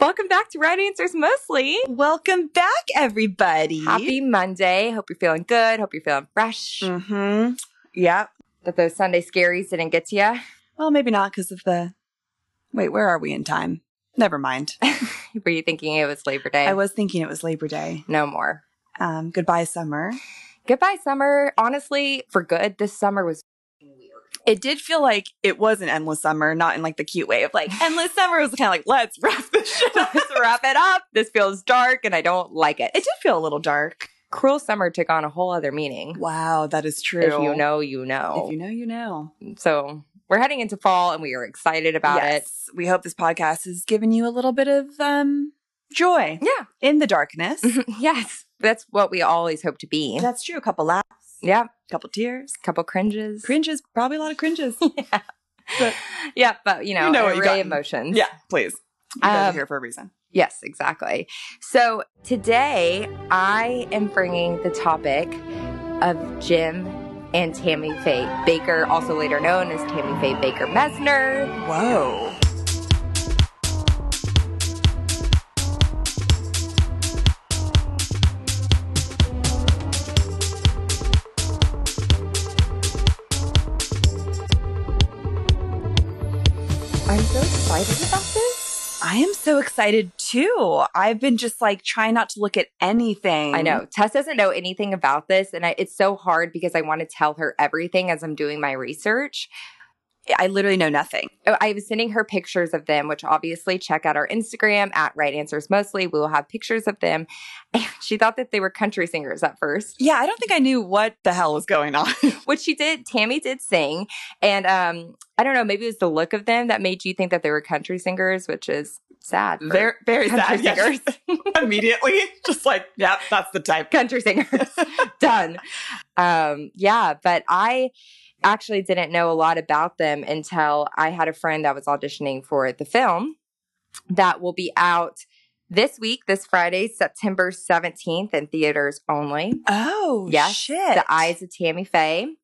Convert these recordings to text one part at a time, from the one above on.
Welcome back to Right Answers Mostly. Welcome back, everybody. Happy Monday. Hope you're feeling good. Hope you're feeling fresh. Mm-hmm. Yep. That those Sunday scaries didn't get to you. Well, maybe not because of the. Wait, where are we in time? Never mind. Were you thinking it was Labor Day? I was thinking it was Labor Day. No more. Um, goodbye, summer. Goodbye, summer. Honestly, for good, this summer was It did feel like it was an endless summer, not in like the cute way of like endless summer. It was kind of like let's wrap this shit up. Let's wrap it up. This feels dark and I don't like it. It did feel a little dark. Cruel Summer took on a whole other meaning. Wow, that is true. If you know, you know. if you know, you know. so we're heading into fall and we are excited about yes, we hope this podcast has given you a little bit of um joy it. Yeah. in the darkness. Mm-hmm. yes. That's what we always hope to be. That's true. A couple laughs, yeah. a couple tears, Couple cringes. cringes, probably a lot of cringes. But, yeah, but you know, You know an what you array got. of emotions. yeah, please. You guys are Um, here for a reason. Yes, exactly. So today I am bringing the topic of Jim and Tammy Faye Baker, also later known as Tammy Faye Baker Mesner. Whoa. I'm so excited about this. I am so excited too. I've been just like trying not to look at anything. I know Tess doesn't know anything about this, and I, it's so hard because I want to tell her everything as I'm doing my research. I literally know nothing. Oh, I was sending her pictures of them, which obviously check out our Instagram at Right Answers Mostly. We will have pictures of them. And she thought that they were country singers at first, Yeah, I don't think I knew what the hell was going on. which she did. Tammy did sing. And um, I don't know, maybe it was the look of them that made you think that they were country singers, which is sad. for Very, very country sad. yes. singers. Immediately, just like, yep, that's the type. country singers. Done. Um, yeah, but I actually didn't know a lot about them until I had a friend that was auditioning for the film that will be out this week, this Friday, September 17th, in theaters only. Oh, Yes, shit. The Eyes of Tammy Faye.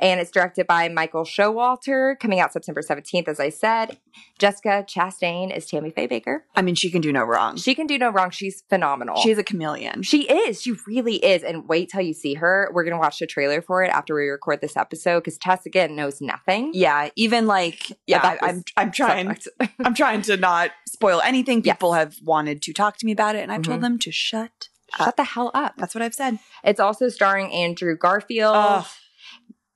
And it's directed by Michael Showalter, coming out September 17th, as I said. Jessica Chastain is Tammy Faye Baker. I mean, she can do no wrong. She can do no wrong. She's phenomenal. She's a chameleon. She is. She really is. And wait till you see her. We're going to watch the trailer for it after we record this episode because Tess, again, knows nothing. yeah, even like, yeah, About I, this I'm, I'm trying, Subject. I'm trying to not spoil anything. Yes. People have wanted to talk to me about it, and I've Mhm. told them to shut. Shut the hell up. That's what I've said. It's also starring Andrew Garfield. Ugh.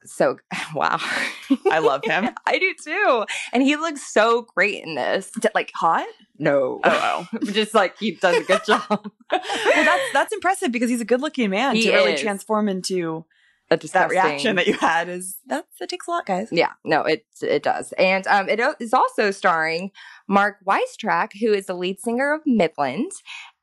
So, wow. I love him. I do too. And he looks so great in this. D- like hot? No. Oh, Just like he does a good job. well, that's that's impressive because he's a good-looking man He to really is. transform into That that disgusting- reaction that you had. Is that's that takes a lot, guys. Yeah, no, it it does, and um, it o- is also starring Mark Weistrack, who is the lead singer of Midland,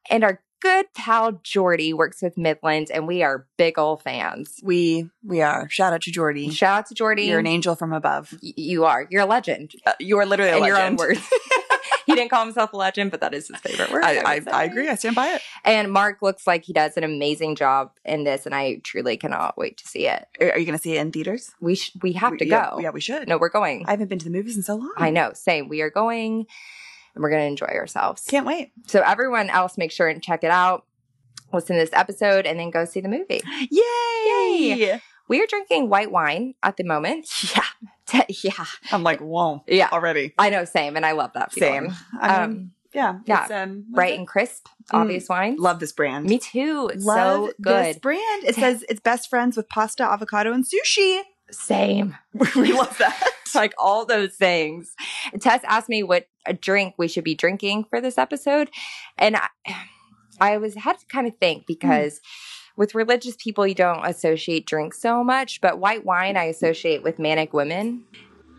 and our good pal Jordy works with Midland, and we are big ol' fans. We we are. Shout out to Jordy. Shout out to Jordy. You're an angel from above. Y- you are. You're a legend Uh, you are literally a in your own legend. words. he didn't call himself a legend, but that is his favorite word. I, I, would I say. agree. I stand by it. And Mark looks like he does an amazing job in this, and I truly cannot wait to see it. Are- Are you going to see it in theaters? We sh- we have to We- go. Yeah, yeah, we should. No, we're going. I haven't been to the movies in so long. I know. Same. We are going and we're going to enjoy ourselves. Can't wait. So, everyone else, make sure and check it out. Listen to this episode and then go see the movie. Yay! We are drinking white wine at the moment. Yeah. yeah. I'm like, whoa, Yeah. already. I know. Same. And I love that. Feeling. Same. I mean, um, yeah. yeah, It's, um, what bright is and crisp, Mm. obvious wine. it? Love this brand. Me too. It's Love so good. this brand. It says it's best friends with pasta, avocado, and sushi. Same. we love that. like all those things. Tess asked me what a drink we should be drinking for this episode, and I, I was had to kind of Mm. think because with religious people you don't associate drinks so much, but white wine I associate with manic women,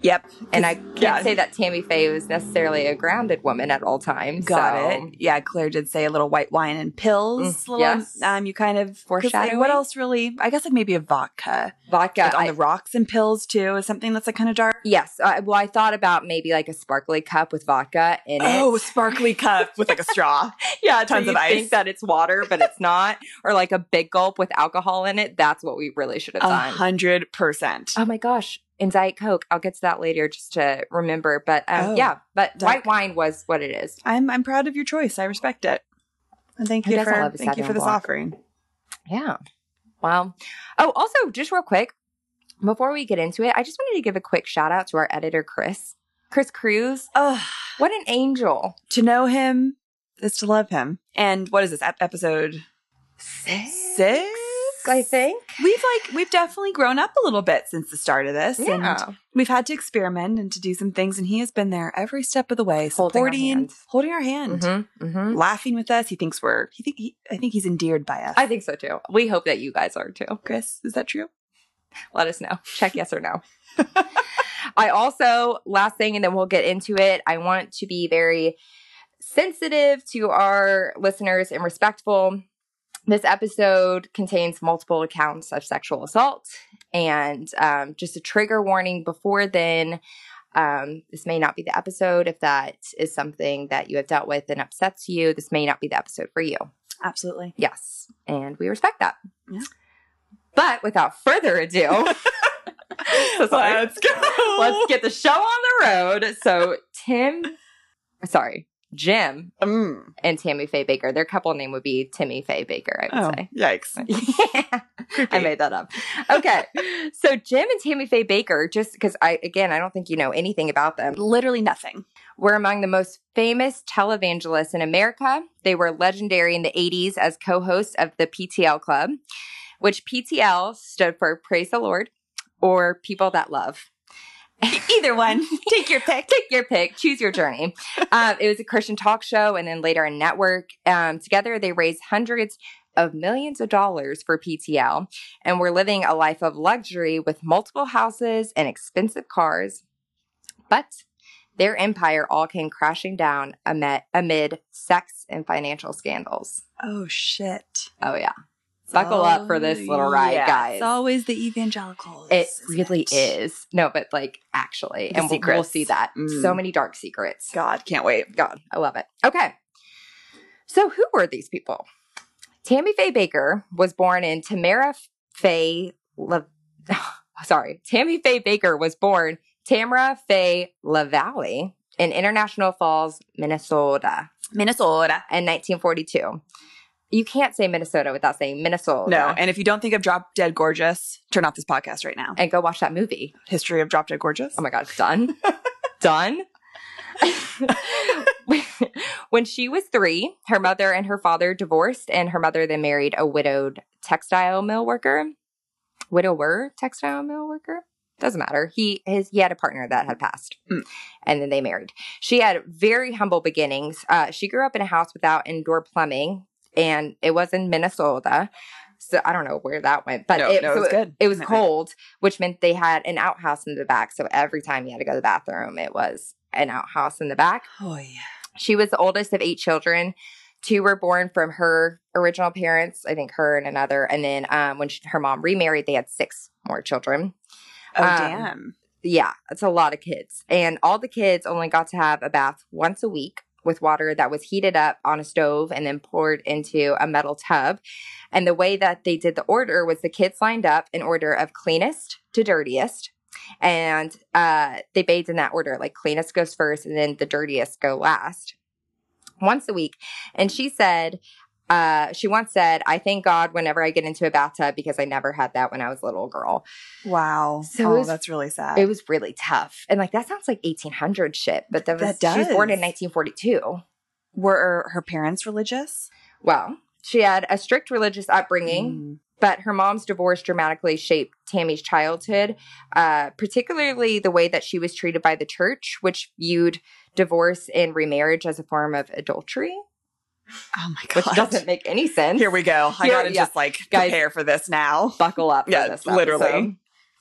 Yep. and I can't Yeah. say that Tammy Faye was necessarily a grounded woman at all times. Got so- it. Yeah, Claire did say a little white wine and pills. Mm, little, yes. Um, you kind of 'cause, like, Foreshadowing. what else really? I guess like maybe a vodka. Vodka. Like, on I- the rocks and pills too is something that's like kind of dark. yes. I, well, I thought about maybe like a sparkly cup with vodka in it. Oh, sparkly cup with like a straw. Yeah, Tons so of you ice. Think that it's water, but it's not, or like a big gulp with alcohol in it. That's what we really should have A done. hundred percent. Oh my gosh, and Diet Coke. I'll get to that later just to remember. But um, Oh, yeah, but white Diet wine was what it is. I'm I'm proud of your choice. I respect it. And thank Who you doesn't for love a thank you for Sauvignon this Blanc? offering. Yeah. Wow. Oh, also, just real quick, before we get into it, I just wanted to give a quick shout out to our editor, Chris. Chris Cruz. Ugh. What an angel. To know him is to love him. And what is this ep- episode six? I think. We've like we've definitely grown up a little bit since the start of this, and Yeah. we've had to experiment and to do some things, and he has been there every step of the Holding way, our supporting, hand. holding our hand, Mm-hmm, mm-hmm. laughing with us. He thinks we're he think he, I think he's endeared by us. I think so too. We hope that you guys are too. Chris, is that true? Let us know. Check yes or no. I also, last thing, and then we'll get into it. I want to be very sensitive to our listeners and respectful. This episode contains multiple accounts of sexual assault. And um, just a trigger warning before then, um, this may not be the episode. If that is something that you have dealt with and upsets you, this may not be the episode for you. Absolutely. Yes. And we respect that. Yeah. But without further ado, so sorry. Let's go. let's get the show on the road. So, Tim, sorry, Jim Mm. and Tammy Faye Baker, their couple name would be Timmy Faye Baker, I would Oh, say. yikes. Yeah. I made that up. Okay. so, Jim and Tammy Faye Baker, just because I, again, I don't think you know anything about them, Literally nothing. were among the most famous televangelists in America. They were legendary in the 80s as co hosts of the PTL Club, which PTL stood for Praise the Lord or People That Love. Either one. Take your pick. Take your pick, choose your journey. um, it was a Christian talk show and then later a network. Um, together, they raised hundreds of millions of dollars for PTL and were living a life of luxury with multiple houses and expensive cars. But their empire all came crashing down amid, amid sex and financial scandals. Oh shit. Oh, yeah. Buckle up for this little ride, Yeah, guys. It's always the evangelicals. It isn't really it? is. No, but like actually, The and we'll, we'll secrets. see that. Mm. So many dark secrets. God, can't wait. God, I love it. Okay. So, who were these people? Tammy Faye Baker was born in Tamara Faye. La- Sorry, Tammy Faye Baker was born Tamara Faye LaValle in International Falls, Minnesota, Minnesota. in 1942. You can't say Minnesota without saying Minnesota. No, and if you don't think of Drop Dead Gorgeous, turn off this podcast right now. And go watch that movie. History of Drop Dead Gorgeous. Oh my God, done. done. when she was three, her mother and her father divorced, and her mother then married a widowed textile mill worker. Widower textile mill worker? Doesn't matter. He his he had a partner that had passed. Mm. And then they married. She had very humble beginnings. Uh, she grew up in a house without indoor plumbing, and it was in Minnesota. So I don't know where that went, but no, it, no, so it was it- good. it was Right, right. cold, which meant they had an outhouse in the back. So every time you had to go to the bathroom, it was an outhouse in the back. Oh yeah. She was the oldest of eight children. Two were born from her original parents, I think her and another. And then um, when she, her mom remarried, they had six more children. Oh Um, damn. Yeah, it's a lot of kids. And all the kids only got to have a bath once a week with water that was heated up on a stove and then poured into a metal tub. And the way that they did the order was the kids lined up in order of cleanest to dirtiest. And uh, they bathed in that order like cleanest goes first and then the dirtiest go last once a week. And she said, uh, she once said, I thank God whenever I get into a bathtub because I never had that when I was a little girl. Wow. So it oh, was- that's really sad. It was really tough. And like that sounds like 1800 shit, but that was That she was born in does. 1942. Were her parents religious? Well, she had a strict religious upbringing, Mm. but her mom's divorce dramatically shaped Tammy's childhood, uh, particularly the way that she was treated by the church, which viewed divorce and remarriage as a form of adultery, Oh my which god. doesn't make any sense. Here we go. I Here- gotta yeah. just like Guys- prepare for this now. buckle up. for Yeah, this literally. episode.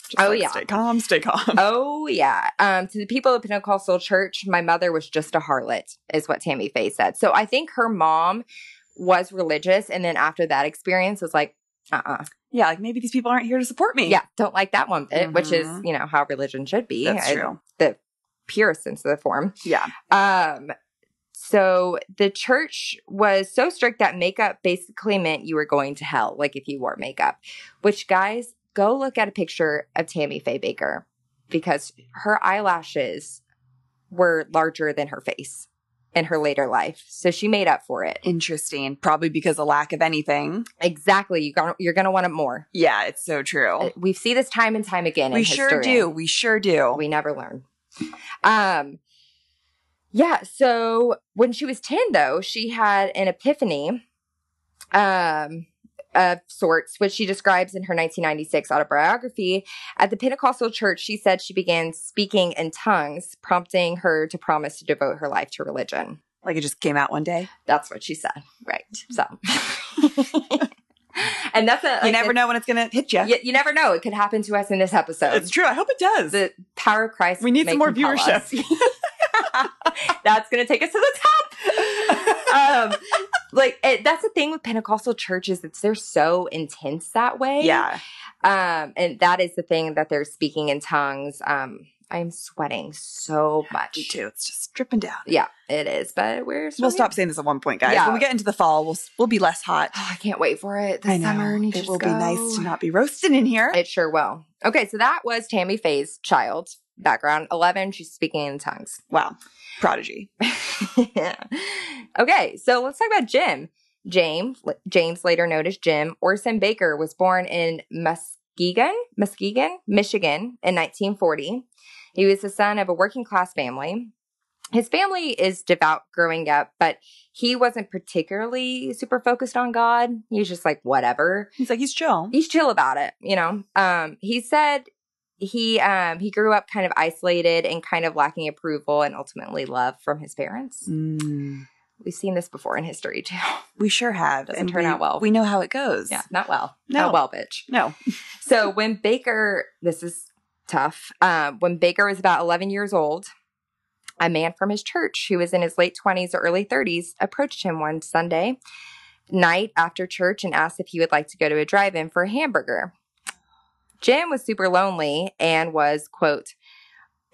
Just, Oh, like, yeah. Stay calm. Stay calm. Oh yeah. Um, to the people of Pentecostal Church, my mother was just a harlot, is what Tammy Faye said. So I think her mom was religious, and then after that experience, was like, uh, uh Yeah, like maybe these people aren't here to support me. yeah, don't like that one bit, which is Mhm. you know how religion should be, that's in true. the purest sense of the form. Yeah. Um, so the church was so strict that makeup basically meant you were going to hell, like if you wore makeup. Which guys, go look at a picture of Tammy Faye Baker. because her eyelashes were larger than her face in her later life. So she made up for it. Interesting. Probably because of lack of anything. Exactly. You got, you're going to want it more. Yeah, it's so true. We see this time and time again. in Oh. we sure history. do. We sure do. We never learn. Um, yeah. So when she was 10, though, she had an epiphany um, of sorts, which she describes in her 1996 autobiography. At the Pentecostal church, she said she began speaking in tongues, prompting her to promise to devote her life to religion. like it just came out one day. That's what she said. Right. So. and that's a. you never know when it's going to hit you. You, you never know. It could happen to us in this episode. It's true. I hope it does. the power of Christ. We need may some more compel us. that's going to take us to the top. um, like it, that's the thing with Pentecostal churches; it's they're so intense that way. yeah. um, and that is the thing that they're speaking in tongues. Um, I'm sweating so much. Me too. It's just dripping down. Yeah, it is. But we're We'll sweating. stop saying this at one point, guys. Yeah. When we get into the fall, we'll we'll be less hot. Oh, I can't wait for it. The summer needs It to will be go. nice to not be roasted in here. It sure will. Okay, so that was Tammy Faye's child background. Eleven. She's speaking in tongues. wow. Prodigy. okay, so let's talk about Jim. James James later noticed Jim Orson Baker was born in Muskegon, Muskegon, Michigan in 1940. He was the son of a working class family. His family is devout growing up, but he wasn't particularly super focused on God. He was just like whatever He's like, he's chill. he's chill about it you know um he said he um he grew up kind of isolated and kind of lacking approval and ultimately love from his parents Mm, we've seen this before in history too we sure have. Doesn't turn we, out well. We know how it goes. yeah not well No. not well bitch No. so when baker this is tough um when baker was about 11 years old a man from his church who was in his late 20s or early 30s approached him one sunday night after church and asked if he would like to go to a drive-in for a hamburger jim was super lonely and was quote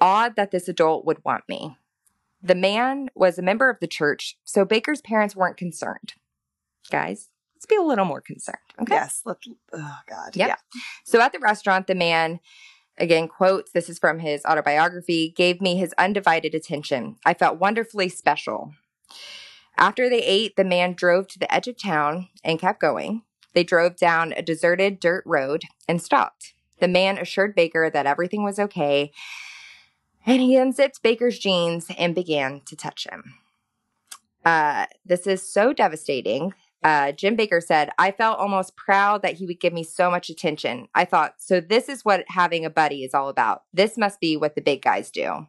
odd that this adult would want me the man was a member of the church so baker's parents weren't concerned guys let's be a little more concerned okay Yes. Let, oh God. Yep. Yeah. so at the restaurant, the man, again, quotes, this is from his autobiography, gave me his undivided attention. I felt wonderfully special. After they ate, the man drove to the edge of town and kept going. They drove down a deserted dirt road and stopped. The man assured Baker that everything was okay, and he unzipped Baker's jeans and began to touch him. Uh, this is so devastating uh, Jim Baker said, I felt almost proud that he would give me so much attention. I thought, so this is what having a buddy is all about. This must be what the big guys do.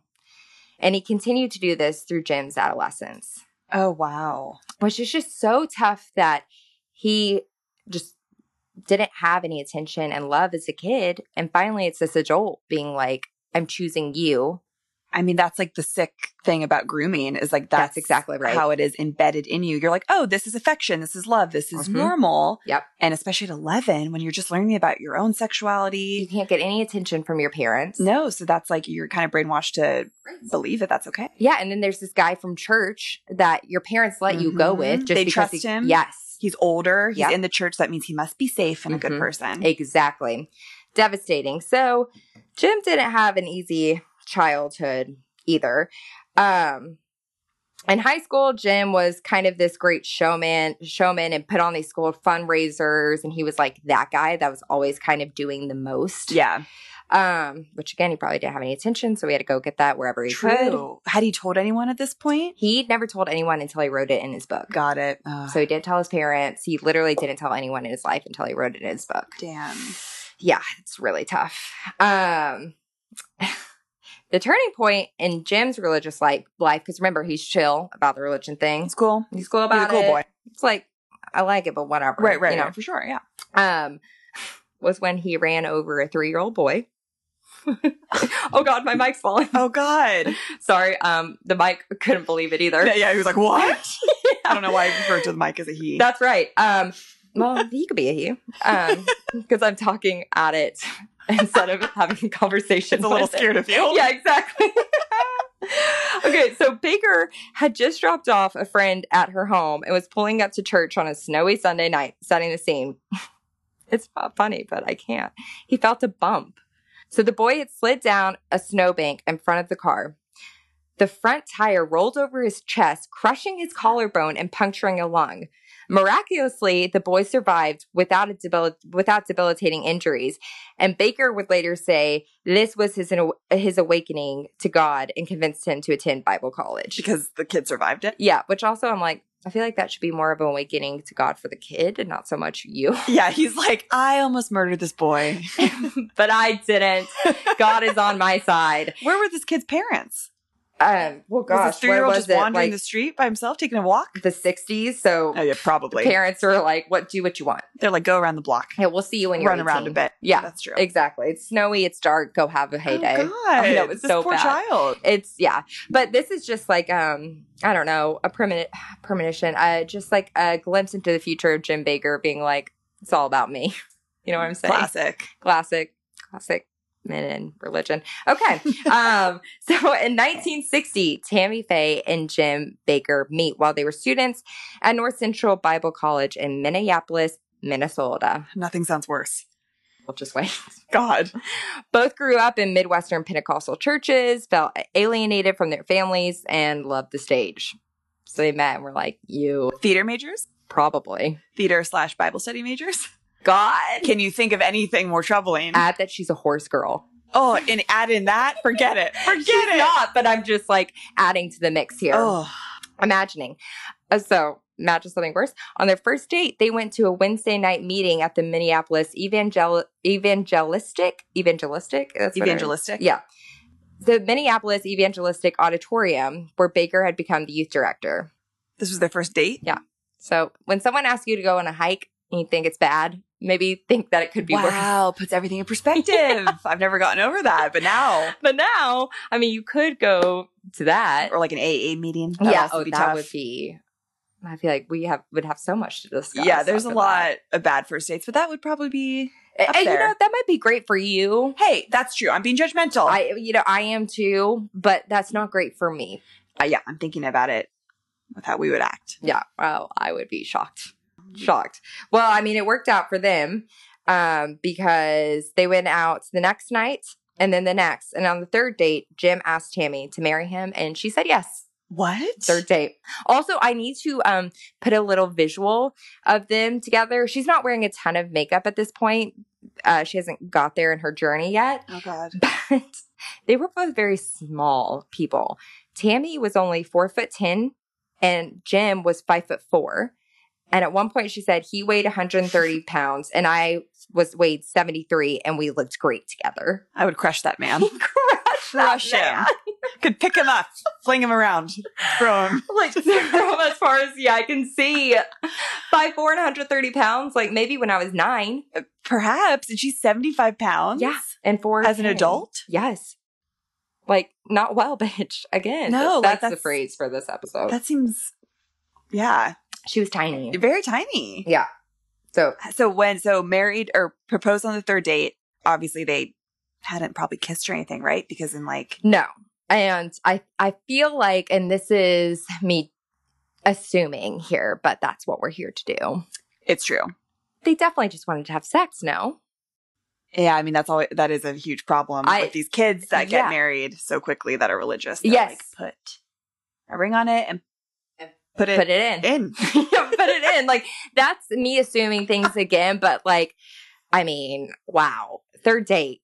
And he continued to do this through Jim's adolescence, Oh wow. which is just so tough that he just didn't have any attention and love as a kid. And finally, it's this adult being like, I'm choosing you. I mean, that's like the sick thing about grooming is like That's, that's, exactly right. how it is embedded in you. You're like, oh, this is affection. This is love. This is Mhm. normal. Yep. And especially at 11, when you're just learning about your own you sexuality. can't get any attention from your parents. No. So that's like you're kind of brainwashed to believe that that's okay. Yeah, and then there's this guy from church that your parents let you go Mhm. with just They because trust he- him. Yes, He's older. He's Yep. in the church. That means he must be safe and a good Mhm. person. exactly. Devastating. So Jim didn't have an easy childhood either. Um, in high school, Jim was kind of this great showman, showman, and put on these school fundraisers, and he was like that guy that was always kind of doing the most. yeah. Um, which again, he probably didn't have any attention, so we had to go get that wherever he could. True. Had he told anyone at this point? He never told anyone until he wrote it in his book. Got it. Ugh, So he didn't tell his parents. He literally didn't tell anyone in his life until he wrote it in his book. damn. Yeah, it's really tough. Um, the turning point in Jim's religious life, life, because remember he's chill about the religion thing. It's cool. He's cool He's a about cool it. boy. It's like I like it, but whatever. Right, right, You know, right, for sure. Yeah. um, was when he ran over a three-year-old boy. oh God, my mic's falling. Oh God. Sorry, um, the mic couldn't believe it either. Yeah, yeah, he was like, What? I don't know why I referred to the mic as a he. That's right. Um, well, he could be a he because I'm talking at it instead of having a conversation. it's a little with it. scared of you. Yeah, exactly. okay, so Baker had just dropped off a friend at her home and was pulling up to church on a snowy Sunday night, setting the scene. It's not funny, but I can't. He felt a bump So the boy had slid down a snowbank in front of the car. The front tire rolled over his chest, crushing his collarbone and puncturing a lung. Miraculously, the boy survived without, a debil- without debilitating injuries. And Baker would later say this was his, his awakening to God and convinced him to attend Bible college. because the kid survived it. Yeah, which also I'm like, I feel like that should be more of an awakening to God for the kid and not so much you. Yeah, he's like, I almost murdered this boy. but I didn't. God is on my side. Where were this kid's parents? Um, well, was gosh, this where three-year-old was just it? wandering Like the street by himself, taking a walk? the 60s. So Oh, yeah, probably. parents are like, "What? Do what you want. They're like, go around the block, Yeah, we'll see you when you're run around a 18." bit. Yeah, that's true. exactly. It's snowy. It's dark. Go have a heyday. Oh, God. I know, it's this so poor bad. child. It's yeah, but this is just like um I don't know a permanent premonition, uh, just like a glimpse into the future of Jim Baker being like, "It's all about me." You know what I'm saying? Classic. classic classic men and religion okay um so in 1960 tammy faye and jim baker meet while they were students at north central bible college in minneapolis minnesota Nothing sounds worse. we'll just wait God. both grew up in midwestern pentecostal churches felt alienated from their families and loved the stage so they met and were like you Theater majors? probably Theater slash Bible study majors? god Can you think of anything more troubling? add that she's a horse girl oh, and add in that? Forget it. Forget She's it. not, but I'm just like adding to the mix here. Oh, imagining. Uh, So, imagine something worse. On their first date, they went to a Wednesday night meeting at the Minneapolis Evangel- Evangelistic Evangelistic That's what I- evangelistic. Yeah. The Minneapolis Evangelistic Auditorium, where Baker had become the youth director. This was their first date? So, when someone asks you to go on a hike and you think it's bad, maybe think that it could be worse. Wow, puts everything in perspective. I've never gotten over that, but now, But now, I mean, you could go to that. or like an AA meeting. That yeah, also oh, be that tough. would be. I feel like we have would have so much to discuss. yeah, there's a after lot of bad first dates, but that would probably be. that. up And you there. know that might be great for you. Hey, that's true. I'm being judgmental. I, you know, I am too, but that's not great for me. Uh, yeah, I'm thinking about it with how we would act. Yeah, well, I would be shocked, shocked. Well, I mean, it worked out for them um, because they went out the next night and then the next, and on the third date, Jim asked Tammy to marry him, and she said yes. What? third date. Also, I need to um put a little visual of them together. She's not wearing a ton of makeup at this point. Uh, she hasn't got there in her journey yet, Oh God. but they were both very small people. Tammy was only four foot ten, and Jim was five foot four. And at one point, she said he weighed 130 pounds, and I was weighed 73, and we looked great together. I would crush that man. Crush, Crush him. Could pick him up, fling him around, throw him. like from as far as yeah, I can see. Five four and 130 pounds, like maybe when I was nine. Perhaps. And she's 75 pounds. Yeah. And four As an adult? Yes. Like not well, bitch. Again. th- No, like, that's, the that's- phrase for this episode. That seems, yeah, she was tiny. very tiny. Yeah. So So when so married or proposed on the third date, obviously they hadn't probably kissed or anything, right? Because in like no. And I I feel like, and this is me assuming here, but that's what we're here to do. it's true. They definitely just wanted to have sex, no? Yeah, I mean that's all that is a huge problem I- with these kids that Yeah. get married so quickly that are religious. They're Yes. like put a ring on it and put it, Put it in. in. Yeah, put it in. Like that's me assuming things again, but like, I mean, wow, third date,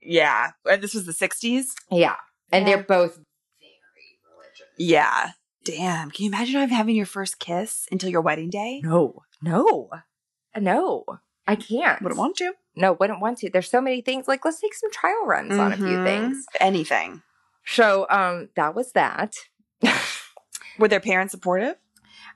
Yeah. And this was the sixties. yeah, and Yeah. they're both very religious. Yeah. Damn. Can you imagine not having your first kiss until your wedding day? No, no, no, I can't. Wouldn't want to. no, wouldn't want to. There's so many things. Like, let's take some trial runs on a few Mhm. things. Anything. So, um, that was that. Were their parents supportive?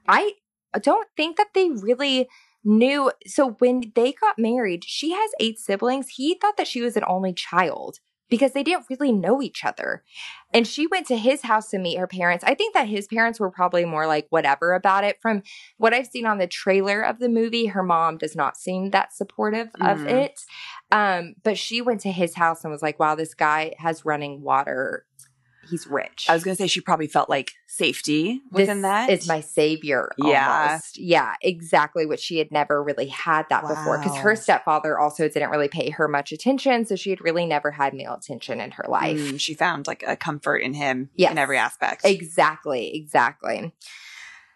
I don't think that they really knew. So when they got married, she has eight siblings. He thought that she was an only child because they didn't really know each other. And she went to his house to meet her parents. I think that his parents were probably more like whatever about it. From what I've seen on the trailer of the movie, her mom does not seem that supportive of Mhm. it. Um, but she went to his house and was like, wow, this guy has running water. he's rich. I was going to say she probably felt like safety within this that. is my savior. Yeah. Almost. Yeah. Exactly what she had never really had that before. Because her Wow. stepfather also didn't really pay her much attention. So she had really never had male attention in her life. Mm, she found like a comfort in him Yes. in every aspect. Exactly, exactly.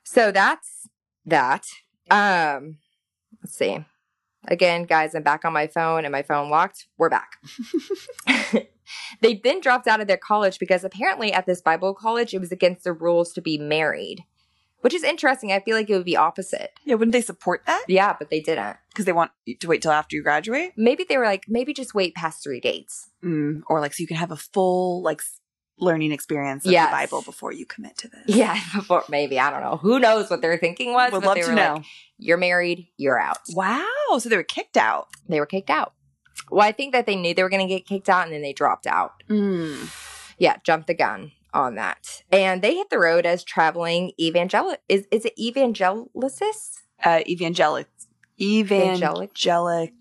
So that's that. Um let's see. Again, guys, I'm back on my phone and my phone locked. We're back. They've been dropped out of their college because apparently at this Bible college it was against the rules to be married. Which is interesting. I feel like it would be opposite. yeah, wouldn't they support that? Yeah, but they didn't. Because they want you to wait till after you graduate, Maybe they were like, maybe just wait past three dates. mm, or like so you can have a full like s- learning experience of Yes. the Bible before you commit to this. Yeah, before maybe. I don't know. Who knows what their thinking was? would but love they to were know. like, you're married, you're out. wow, so they were kicked out. they were kicked out. Well, I think that they knew they were going to get kicked out and then they dropped out. Mm. Yeah, jumped the gun on that. And they hit the road as traveling evangelic is is it evangelicists? Uh, evangelic, Evangelic? evangelic,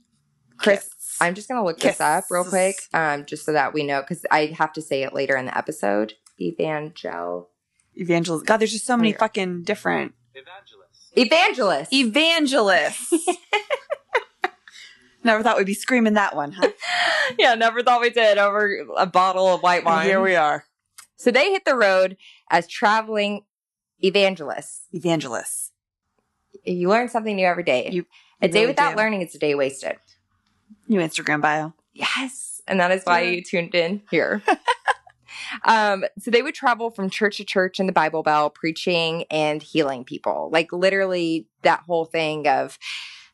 Chris- Christs. I'm just going to look this up real quick um just so that we know cuz I have to say it later in the episode. Evangel evangelists. God, there's just so many Weird. fucking different Evangelist. evangelist. evangelists. Never thought we'd be screaming that one, huh? yeah, never thought we did over a bottle of white And Here we are, so they hit the road as traveling evangelists. evangelists. You learn something new every day. You- a you day really without do. learning is a day wasted. New Instagram bio. Yes. And that is why Yeah. you tuned in here. um, so they would travel from church to church in the Bible Belt, preaching and healing people. Like literally that whole thing of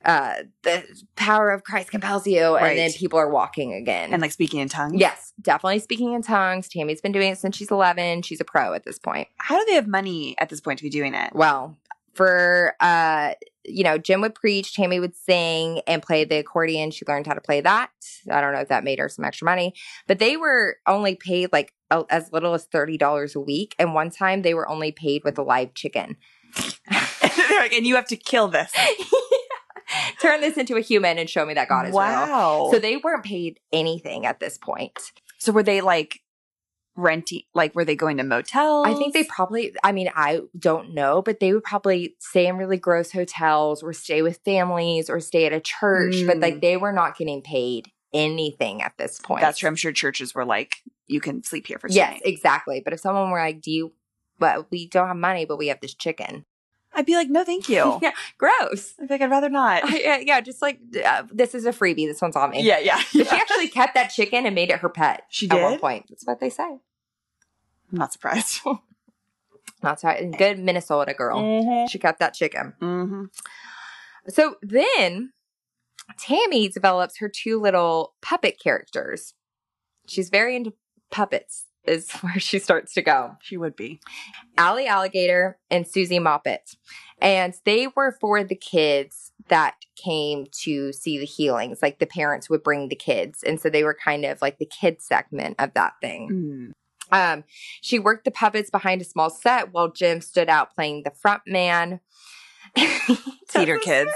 uh the power of Christ compels you, Right. and then people are walking again. and like speaking in tongues. yes, definitely speaking in tongues. Tammy's been doing it since she's eleven. She's a pro at this point. How do they have money at this point to be doing it? Well, for uh you know, Jim would preach, Tammy would sing and play the accordion. She learned how to play that. I don't know if that made her some extra money, but they were only paid like a- as little as $30 a week. And one time they were only paid with a live chicken. They're like, and you have to kill this. Turn this into a human and show me that God is real. wow. So So, they, they weren't paid anything at this point. so were they like renting? Like, were they going to motels? I think they probably, I mean, I don't know, but they would probably stay in really gross hotels or stay with families or stay at a church, but Mm. like they were not getting paid anything at this point. That's true. I'm sure churches were like, you can sleep here for Yes, tonight. exactly. But if someone were like, do you, but we don't have money, but we have this chicken. I'd be like, no, thank you. yeah, gross. I'd be like, I'd rather not. I- yeah, yeah, just like uh, this is a freebie. This one's on me. yeah, yeah. But she yeah. actually kept that chicken and made it her pet She at one did. point. That's what they say. I'm not surprised. That's right. Eh. Good Minnesota girl. Mm-hmm. She kept that chicken. hmm So then Tammy develops her two little puppet characters. She's very into puppets, is where she starts to go. She would be. Allie Alligator and Susie Moppet. And they were for the kids that came to see the healings. Like the parents would bring the kids. And so they were kind of like the kid segment of that thing. Mm. Um, she worked the puppets behind a small set while Jim stood out playing the front man. Theater kids.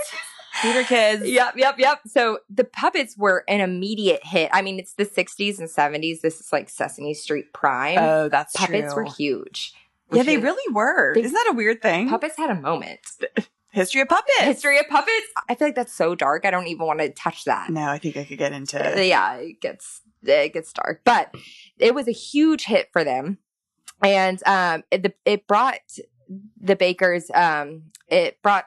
Theater kids. Yep, yep, yep. So the puppets were an immediate hit. I mean, it's the 60s and 70s. This is like Sesame Street Prime. Oh, that's puppets true. were huge. yeah, Which they is- really were. They- Isn't that a weird thing? Puppets had a moment. History of puppets. History of puppets. I feel like that's so dark. I don't even want to touch that. No, I think I could get into Uh, yeah, it gets it gets dark, but it was a huge hit for them, and um, it, the, it brought the Bakers, um, it brought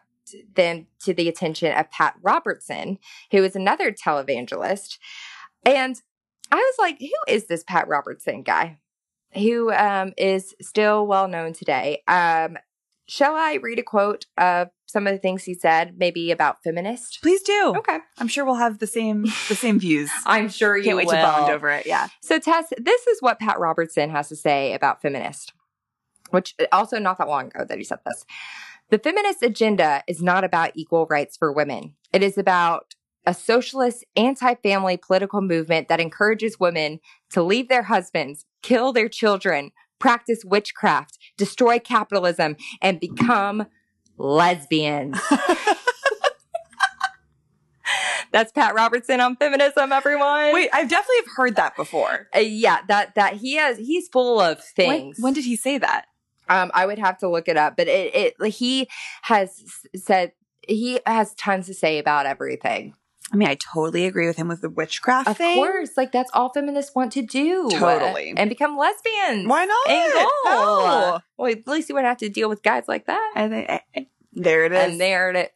them to the attention of Pat Robertson, who is another televangelist, and I was like, who is this Pat Robertson guy? Who um, is still well known today? Um, shall I read a quote of some of the things he said, maybe about feminist? Please do. Okay, I'm sure we'll have the same the same views. I'm sure you Can't wait will. to bond over it. Yeah. So, Tess, this is what Pat Robertson has to say about feminist, which uh, also not that long ago that he said this. The feminist agenda is not about equal rights for women, it is about a socialist, anti family political movement that encourages women to leave their husbands, kill their children, practice witchcraft, destroy capitalism, and become lesbians. That's Pat Robertson on feminism, everyone. Wait, I've definitely have heard that before. Uh, yeah, that that he has he's full of things. When, when did he say that? um, I would have to look it up, but it, it like, he has s- said he has tons to say about everything. I mean, I totally agree with him with the witchcraft Of thing. course, like that's all feminists want to do, uh, Totally. and become lesbians. Why not? And go. No. Well, at least you wouldn't have to deal with guys like that. I think I- I- there it is. And there it.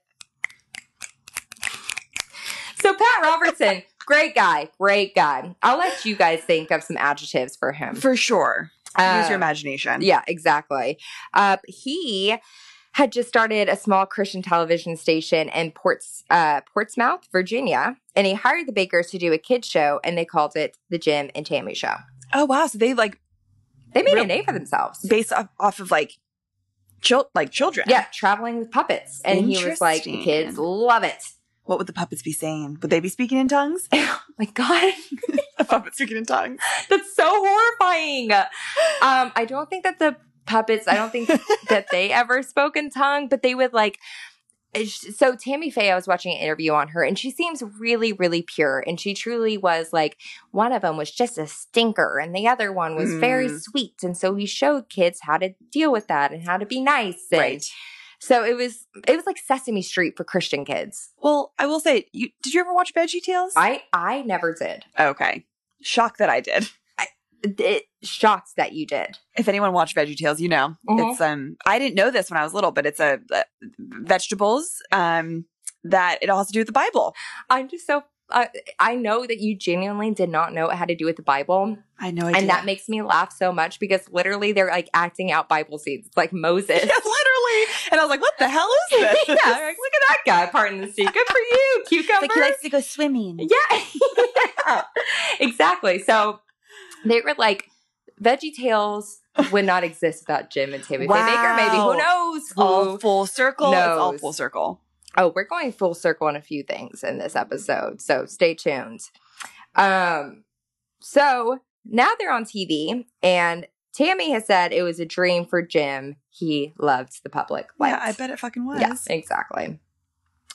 So Pat Robertson, great guy, great guy. I'll let you guys think of some adjectives for him. for sure. Use your Um, imagination. Yeah, exactly. Uh, he had just started a small Christian television station in Ports, uh, Portsmouth, Virginia, and he hired the Bakers to do a kids show, and they called it the Jim and Tammy Show. Oh wow. So they like They made Real- a name for themselves. based off, off of like, chil- like children. yeah, traveling with puppets, and he was like, "The kids Interesting. love it." What would the puppets be saying? Would they be speaking in tongues? My God, the puppets speaking in tongues. that's so horrifying. Um, I don't think that the puppets. I don't think that they ever spoke in tongue, but they would like. eh, So Tammy Faye, I was watching an interview on her, and she seems really, really pure. And she truly was like one of them was just a stinker, and the other one was very Mm. sweet. And so he showed kids how to deal with that and how to be nice. And Right. So it was it was like Sesame Street for Christian kids. Well, I will say, you did you ever watch Veggie Tales? I I never did. okay. Shocked that I did. It shocks that you did. If anyone watched Veggie Tales, you know Mhm. it's um. I didn't know this when I was little, but it's a, uh vegetables um that it all has to do with the Bible. I'm just so I I know that you genuinely did not know it had to do with the Bible, I know, I and that makes me laugh so much because literally they're like acting out Bible scenes, It's like Moses. yeah, literally. And I was like, what the hell is yeah, this? like, look at that guy parting the sea. Good for you, cucumber. to go swimming. yeah. yeah, exactly. So they were like Veggie Tales would not exist without Jim and Tammy Faye Baker. Maybe Wow. who knows? All who- full circle. It's all knows? full circle. Oh, we're going full circle on a few things in this episode, so stay tuned. Um, so now they're on TV, and Tammy has said it was a dream for Jim. He loved the public light. Yeah, I bet it fucking was. Yeah, exactly.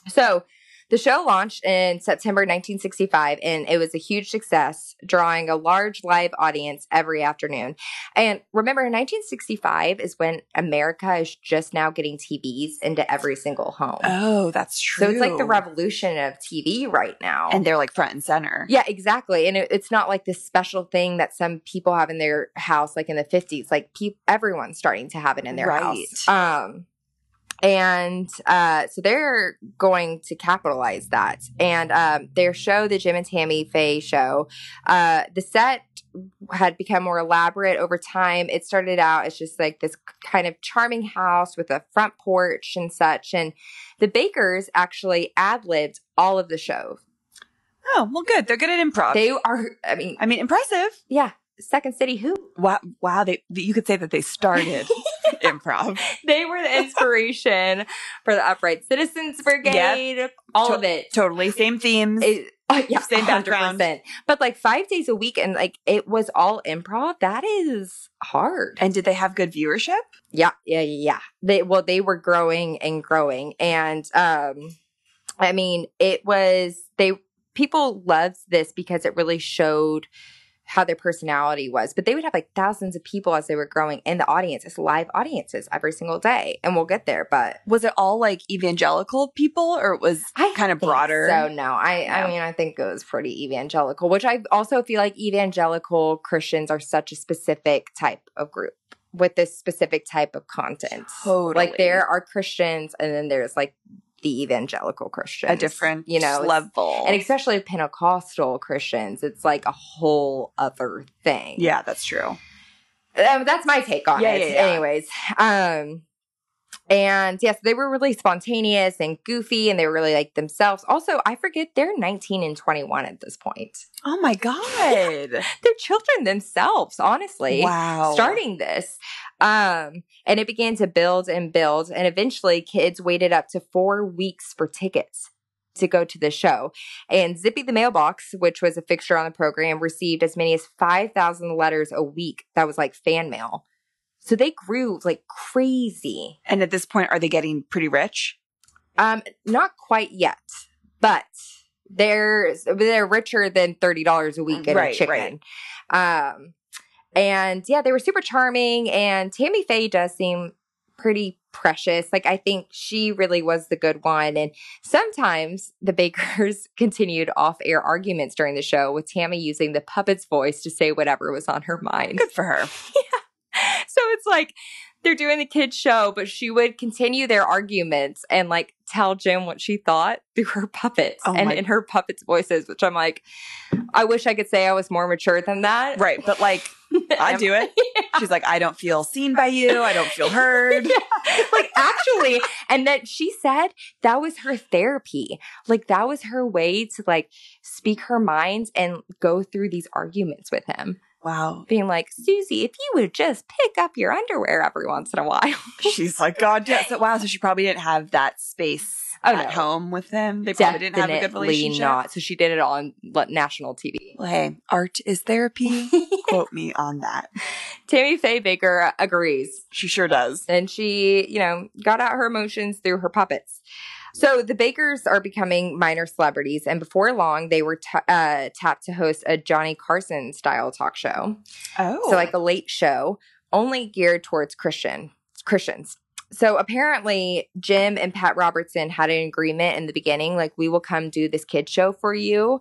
So the show launched in September 1965, and it was a huge success, drawing a large live audience every afternoon. And remember, in 1965 is when America is just now getting TVs into every single home. Oh, that's true. So it's like the revolution of TV right now. And they're like front and center. yeah, exactly. And it, it's not like this special thing that some people have in their house, like in the 50s. Like peop everyone's starting to have it in their house. Um, and uh, so they're going to capitalize that. And um, their show, the Jim and Tammy Faye show, uh, the set had become more elaborate over time. It started out as just like this kind of charming house with a front porch and such. And the Bakers actually ad libbed all of the show. Oh, well, good. They're good at improv. They are, I mean, I mean, impressive. yeah, Second City Who. Wow, wow. They you could say that they started improv. They were the inspiration for the Upright Citizens Brigade, all of it. Totally same themes. It- oh, yeah, Same background. 100%. But like five days a week and like it was all improv. That is hard. and did they have good viewership? Yeah, yeah, yeah. They well, they were growing and growing, and um, I mean, it was they people loved this because it really showed how their personality was. But they would have like thousands of people as they were growing in the audience, as live audiences every single day, and we'll get there. But Was it all like evangelical people, or it was I kind of think broader? So no, I Yeah. I mean, I think it was pretty evangelical, which I also feel like evangelical Christians are such a specific type of group with this specific type of content. Totally. Like there are Christians, and then there's like the evangelical Christians, a different you know, it's- level. and especially Pentecostal Christians. It's like a whole other thing. yeah, that's true. Um, that's my take on Yeah, it. yeah, yeah. Anyways, um, and yes, they were really spontaneous and goofy, and they were really like themselves. Also, I forget they're 19 and 21 at this point. Oh my god! They're children themselves, honestly. wow. Starting this. Um, and it began to build and build. And eventually, kids waited up to four weeks for tickets to go to the show. And Zippy the Mailbox, which was a fixture on the program, received as many as 5,000 letters a week. That was like fan mail. So they grew like crazy. And at this point, are they getting pretty rich? Um, not quite yet, but they're they're richer than thirty dollars a week in Right, a chicken. Um, and yeah, they were super charming. And Tammy Faye does seem pretty precious. Like I think she really was the good one. And sometimes the Bakers continued off-air arguments during the show with Tammy using the puppet's voice to say whatever was on her mind Good for her. so it's like they're doing the kids show, but she would continue their arguments and like tell Jim what she thought through her puppets Oh and my- in her puppets' voices, which I'm like, I wish I could say I was more mature than that. Right. But like, I do it. She's like, I don't feel seen by you. I don't feel heard. like actually, and that she said that was her therapy. Like that was her way to like speak her mind and go through these arguments with him, Wow. being like, Susie, if you would just pick up your underwear every once in a while. She's like, God, yeah. So, wow. So she probably didn't have that space Oh, at no. home with him. They probably didn't have a good Definitely relationship. Not. So she did it on like, national TV. Well, hey, art is therapy. Quote me on that. Tammy Faye Baker agrees. She sure does. And she, you know, got out her emotions through her puppets. So the Bakers are becoming minor celebrities. And before long, they were ta uh, tapped to host a Johnny Carson style talk show. Oh. So like a late show, only geared towards Christian Christians. So apparently Jim and Pat Robertson had an agreement in the beginning, like we will come do this kid show for you,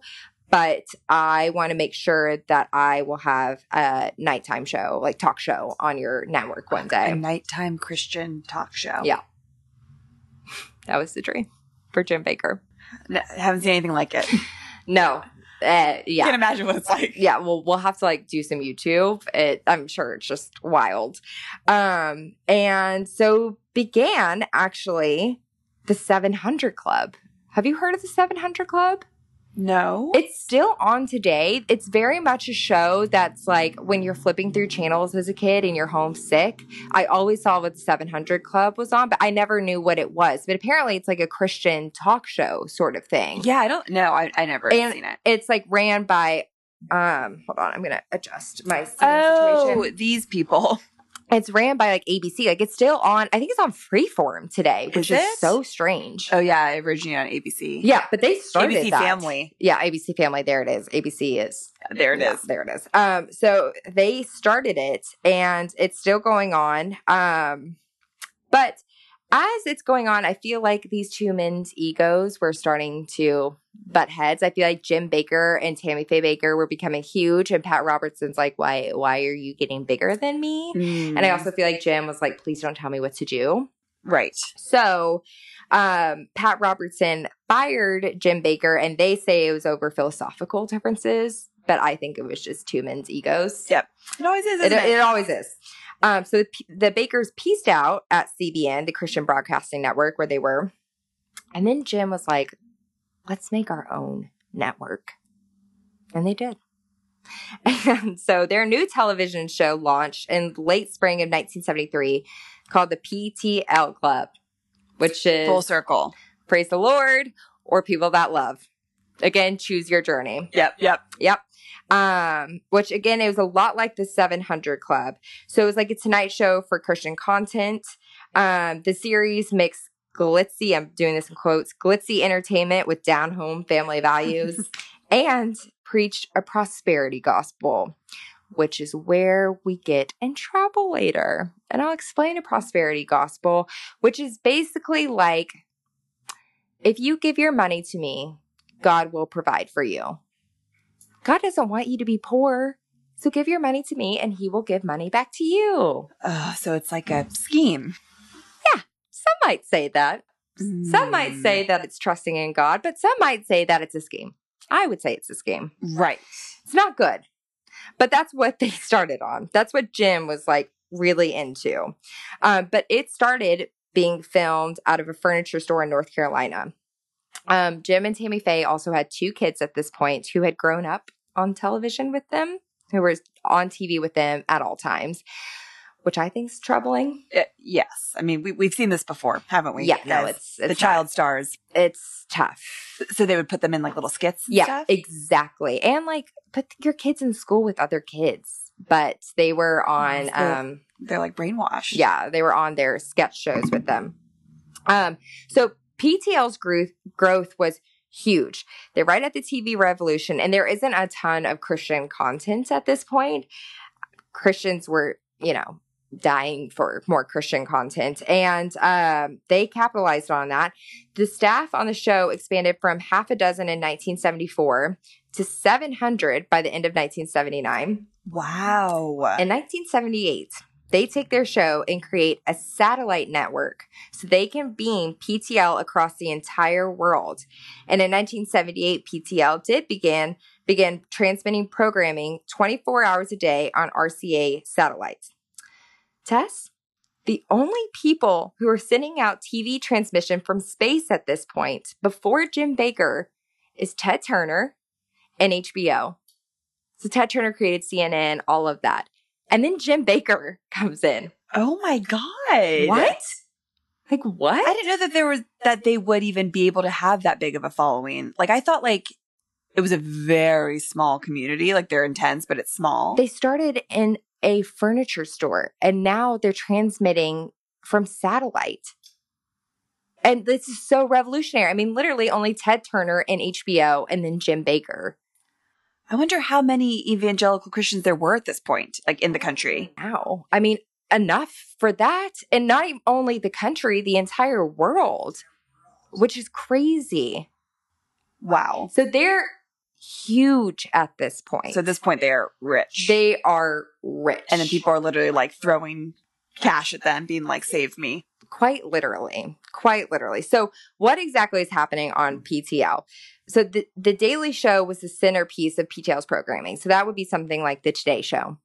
but I want to make sure that I will have a nighttime show, like talk show on your network one a day. nighttime Christian talk show. Yeah. That was the dream for Jim Baker. N- haven't seen anything like it. No. Uh, yeah. Can't imagine what it's like. yeah well we'll have to like do some youtube it, i'm sure it's just wild um and so began actually the 700 club have you heard of the 700 club No. it's still on today it's very much a show that's like when you're flipping through channels as a kid and you're homesick i always saw what the 700 club was on but i never knew what it was but apparently it's like a christian talk show sort of thing yeah, I don't know. I, I never And- seen it. it's like ran by um hold on i'm gonna adjust my scene situation these people. it's ran by like abc like it's still on i think it's on freeform today which Is is, it? so strange Oh yeah, originally on ABC. yeah but they started ABC that. Family. yeah abc family there it is abc is There it yeah, is. there it is um so they started it and it's still going on um but as it's going on i feel like these two men's egos were starting to butt heads i feel like jim baker and tammy faye baker were becoming huge and pat robertson's like why why are you getting bigger than me Mm. and i Mm-hmm. also feel like jim was like please don't tell me what to do right. so um, Pat Robertson fired Jim Baker, and they say it was over philosophical differences, but I think it was just two men's egos. Yeah, It always is. It, Isn't it, it always is. Um, so the, P- the Bakers pieced out at CBN, the Christian Broadcasting Network, where they were. And then Jim was like, let's make our own network. And they did. And so their new television show launched in late spring of 1973 called the PTL Club, which is Full circle. Praise the Lord or People That Love. Again, choose your journey. Yep. Yep. Yep. Um, which again, it was a lot like the 700 Club. So it was like a Tonight Show for Christian content. Um, the series mixed glitzy, I'm doing this in quotes, glitzy entertainment with down home family values and preached a prosperity gospel, which is where we get in trouble later. And I'll explain a prosperity gospel, which is basically like if you give your money to me, God will provide for you. God doesn't want you to be poor. So give your money to me and he will give money back to you. Oh, so it's like a scheme. Some might say that. Some might Mm. say that it's trusting in God, but some might say that it's a scheme. I would say it's a scheme. Right. It's not good. But that's what they started on. That's what Jim was like really into. Um, but it started being filmed out of a furniture store in North Carolina. Um, Jim and Tammy Faye also had two kids at this point who had grown up on television with them, who were on TV with them at all times, which I think is troubling. Uh, yes. I mean, we we've seen this before, haven't we? yeah, no, guys? it's Oh, the it's, child stars. it's tough. So they would put them in like little skits. And Yeah, Stuff? exactly. And like put your kids in school with other kids, but they were on so- um They're like brainwashed. yeah, they were on their sketch shows with them. Um so PTL's growth growth was huge. They're right at the TV revolution, and there isn't a ton of Christian content at this point. Christians were, you know, dying for more Christian content, and um, they capitalized on that. The staff on the show expanded from half a dozen in 1974 to 700 by the end of 1979. Wow. In 1978, they take their show and create a satellite network so they can beam PTL across the entire world. And in 1978, PTL did begin begin transmitting programming 24 hours a day on RCA satellites. Tess, the only people who are sending out TV transmission from space at this point, before Jim Baker, is Ted Turner and HBO. So Ted Turner created CNN, all of that. And then Jim Baker comes in. oh my god. What? Like what? I didn't know that there was that they would even be able to have that big of a following. Like I thought like it was a very small community. Like they're intense, but it's small. They started in a furniture store and now they're transmitting from satellite. And this is so revolutionary. I mean, literally only Ted Turner and HBO and then Jim Baker. I wonder how many evangelical Christians there were at this point, like in the country. Wow. I mean, enough for that. And not even only the country, the entire world, which is crazy. Wow. So they're huge at this point. So at this point they're rich. they are rich. and then people are literally like throwing cash at them, being like, save me. quite literally quite literally so what exactly is happening on ptl so the, the daily show was the centerpiece of ptl's programming so that would be something like the today show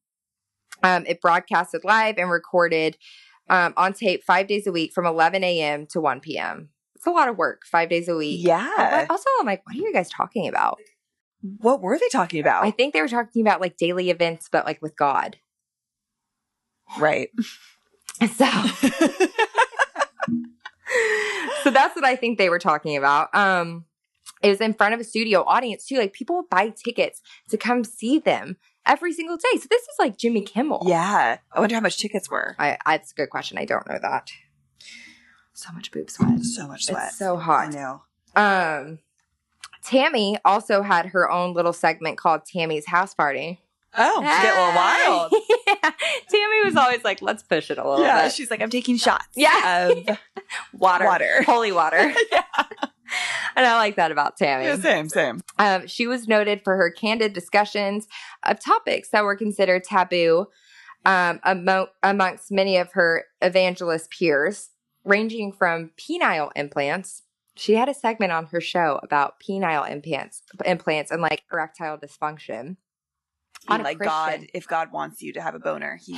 um, it broadcasted live and recorded um, on tape five days a week from 11 a.m to 1 p.m it's a lot of work five days a week Yeah. also i'm like what are you guys talking about What were they talking about? i think they were talking about like daily events but like with god right. so so that's what I think they were talking about. Um, it was in front of a studio audience too. Like people would buy tickets to come see them every single day. So this is like Jimmy Kimmel. yeah. I wonder how much tickets were. I, I, it's a good question. I don't know that. So much boob sweat. So much sweat. It's so I hot. know. Um, Tammy also had her own little segment called Tammy's House Party. Oh, to get a little wild. yeah. Tammy was always like, let's push it a little Yeah. bit. She's like, I'm taking shots. Yeah. Of water. Water. Holy water. Yeah. And I like that about Tammy. Yeah, same, same. Um, she was noted for her candid discussions of topics that were considered taboo um, amo- amongst many of her evangelist peers, ranging from penile implants. She had a segment on her show about penile implants, implants and like erectile dysfunction. Not a like Christian. God, if God wants you to have a boner, he,